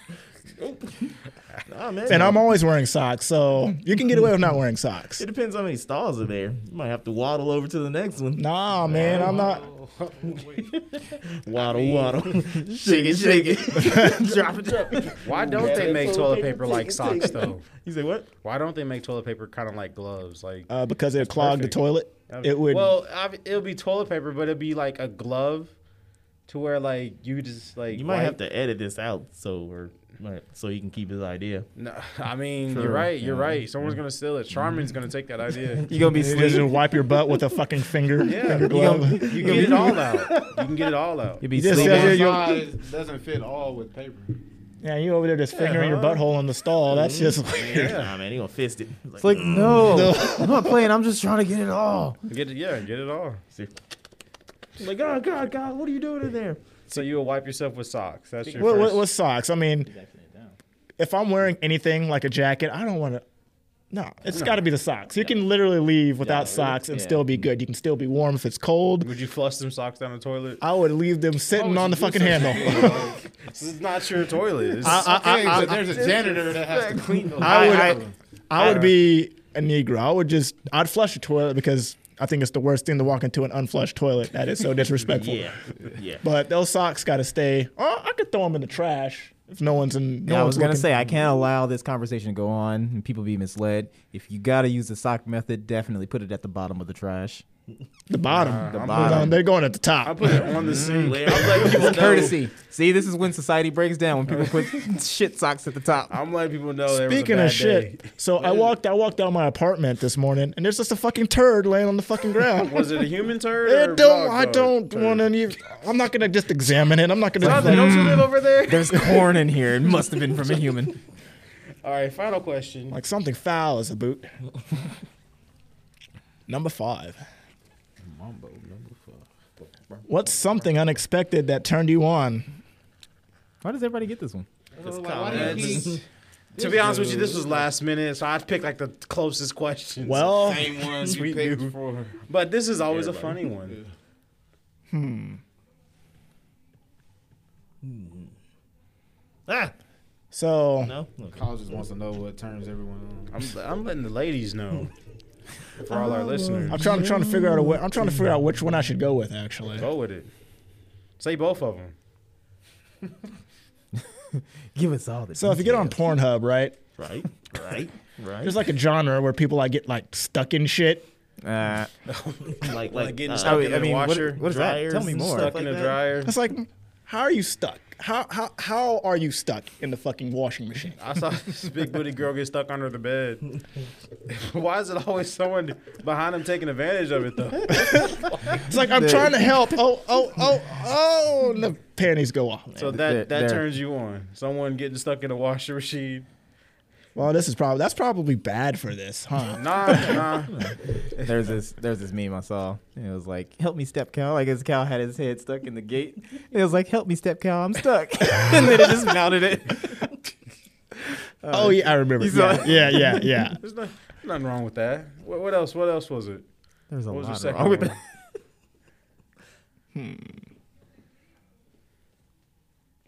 Nah, man. And I'm always wearing socks, so you can get away with not wearing socks. It depends how many stalls are there. You might have to waddle over to the next one. Nah, man, I'm not. Waddle, waddle. shake it, shake it. drop it, drop it. Why don't they make toilet paper like socks though? You say what? Why don't they make toilet paper kind of like gloves? Like Uh, because it clogged perfect. the toilet. It would. Well, obvi- it'll be toilet paper, but it'll be like a glove, to where like you just like You might wipe- have to edit this out so or right, so he can keep his idea. No, I mean you're right. You're right. Someone's gonna steal it. Charmin's gonna take that idea. You gonna be you just sleep? wipe your butt with a fucking finger, Yeah, finger glove. you can get it all out. You can get it all out. You be You just sleeping. said One Yeah, you- size doesn't fit all with paper. Yeah, you over there just fingering your butthole in the stall. That's just weird. Nah, man, he gonna fist it. He's It's like no, I'm not playing. I'm just trying to get it all. Get it, yeah, get it all. "Mm." like, oh god, god, what are you doing in there? So you'll wipe yourself with socks. That's your What, first. what, what socks? I mean, if I'm wearing anything like a jacket, I don't want to. No, it's got to be the socks. You can literally leave without socks and still be good. You can still be warm if it's cold. Would you flush some socks down the toilet? I would leave them sitting on the fucking handle. This is not your toilet. It's, Okay, but there's a janitor that has to clean those. I would, I- I, would be a Negro. I would just, I'd flush a toilet because I think it's the worst thing to walk into an unflushed toilet. That is so disrespectful. Yeah, yeah. But those socks got to stay. Oh, I could throw them in the trash if no one's in. No I one's was gonna looking. say I can't allow this conversation to go on and people be misled. If you gotta use the sock method, definitely put it at the bottom of the trash. the bottom. The They're bottom. going- they're going at the top. I put it on the sink. Mm-hmm. I'm letting people know. Courtesy. See, this is when society breaks down when people put shit socks at the top. I'm letting people know. Oh, there was a Speaking bad of shit, day. so I walked I walked out my apartment this morning, and there's just a fucking turd laying on the fucking ground. was it a human turd? I or a don't dog I turd? don't Turd. want any. I'm not gonna just examine it. I'm not Ah, the gonna. notes you live over there. There's corn in here. It must have been from a human. All right, final question. Like something foul is a boot. Number five. What's something unexpected that turned you on? Why does everybody get this one? to be honest with you, this was last minute, so I picked like the closest questions. Well, Same ones you Oh, Sweet picked dude. for. but this is always a funny one. Ah, so no. Okay. College just wants to know what turns everyone on. I'm, I'm letting the ladies know for all our listeners. I'm trying to trying to figure out a way, I'm trying to figure out which one I should go with actually. Go with it. Say both of them. Give us all this. So if you get on Pornhub, right? Right, right, right. There's like a genre where people like get like stuck in shit. uh, like, like, getting uh, stuck I in mean, the what- washer, what is that? dryers Tell me and more. stuff stuck like in a that. dryer. It's like How are you stuck? How how how are you stuck in the fucking washing machine? I saw this big booty girl get stuck under the bed. Why is it always someone behind him taking advantage of it though? It's like I'm trying to help. Oh oh oh oh! And the panties go off. So There- that that there. turns you on. Someone getting stuck in a washer machine. Well, this is probably that's probably bad for this, huh? Nah, nah. There's this there's this meme I saw. And it was like, "Help me, step cow!" Like his cow had his head stuck in the gate. And it was like, "Help me, step cow! I'm stuck!" and then it just mounted it. Oh yeah, I remember. You saw Yeah, yeah, yeah, yeah. There's no, nothing wrong with that. What, what else? What else was it? There's a What was your lot second wrong with one? that. Hmm.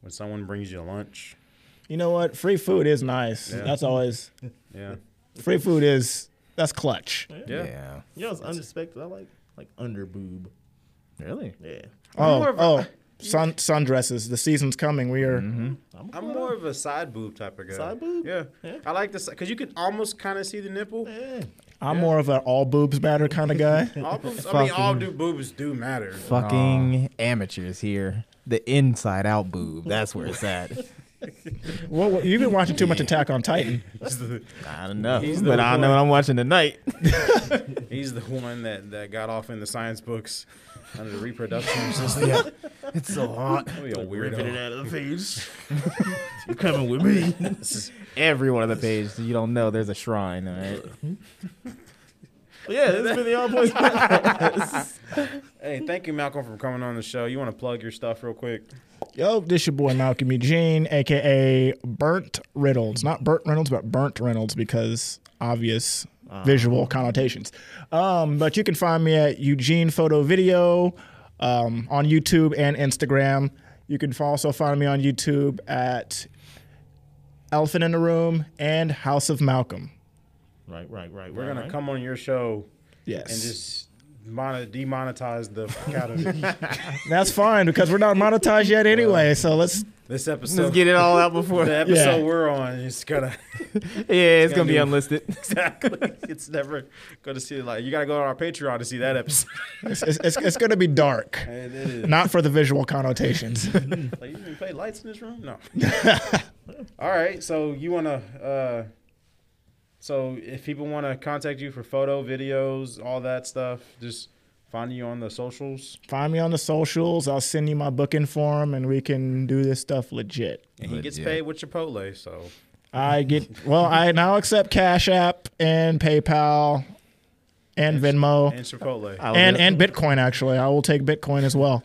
When someone brings you lunch. You know what? Free food is nice. Yeah. That's always Yeah. free food is that's clutch. Yeah. You know, it's unexpected. I like like under boob. Really? Yeah. I'm Oh more of a- oh, sun sundresses. The season's coming. We are. Mm-hmm. I'm, I'm more of a side boob type of guy. Side boob? Yeah. Yeah. I like this because you can almost kind of see the nipple. Yeah. I'm more of an all boobs matter kind of guy. All boobs, I mean, all Fucking- do boobs do matter. Fucking amateurs here. The inside out boob. That's where it's at. well, well, you've been watching too much Attack on Titan. I don't know, He's the but I one. know what I'm watching tonight. He's the one that, that got off in the science books under the reproduction system. It's so hot. That'd be a Ripping it weirdo. out of the page. you coming with me? Every one of the pages you don't know, there's a shrine. All right. yeah, this has been the All Boys Podcast. Hey, thank you, Malcolm, for coming on the show. You want to plug your stuff real quick? Yo, this your boy Malcolm Eugene, aka Burnt Reynolds. Not Burnt Reynolds, but Burnt Reynolds because obvious Ah. visual connotations. Um, but you can find me at Eugene Photo Video um, on YouTube and Instagram. You can also find me on YouTube at Elephant in the Room and House of Malcolm. right, right, right. We're right, gonna right. come on your show Yes, and just mono- demonetize the fuck out of it. that's fine because we're not monetized yet anyway. So let's this episode. Let's get it all out before. the yeah, episode Yeah. we're on is gonna it's gonna be be- unlisted. exactly. It's never gonna see like you gotta go on our Patreon to see that episode. it's, it's, it's, it's going to be dark, And it is. not for the visual connotations. Like, you didn't play lights in this room? No. All right. So you want to. Uh, so if people want to contact you for photo, videos, all that stuff, just find you on the socials. Find me on the socials. I'll send you my booking form, and we can do this stuff legit. And he gets Legit. paid with Chipotle. So I get well. I now accept Cash App and PayPal and Venmo and Chipotle. All and and Bitcoin. Actually, I will take Bitcoin as well.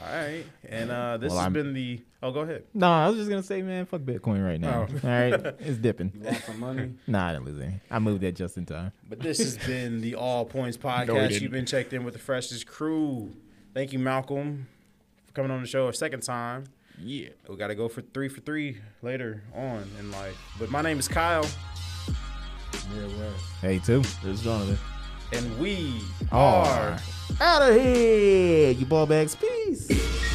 right. And uh, this Well, has I'm- been the. Oh, go ahead. no, I was just gonna say, man, fuck Bitcoin right now. Oh. All right, it's dipping. Lots of money. Nah, I didn't lose any. I moved that just in time. But this has been the All Points Podcast. You've been checked in with the freshest crew. Thank you, Malcolm, for coming on the show a second time. Yeah. We got to go for three for three later on in life. But my name is Kyle, Hey, too. This is Jonathan. and we Are. are. Out of here, you ball bags. Peace.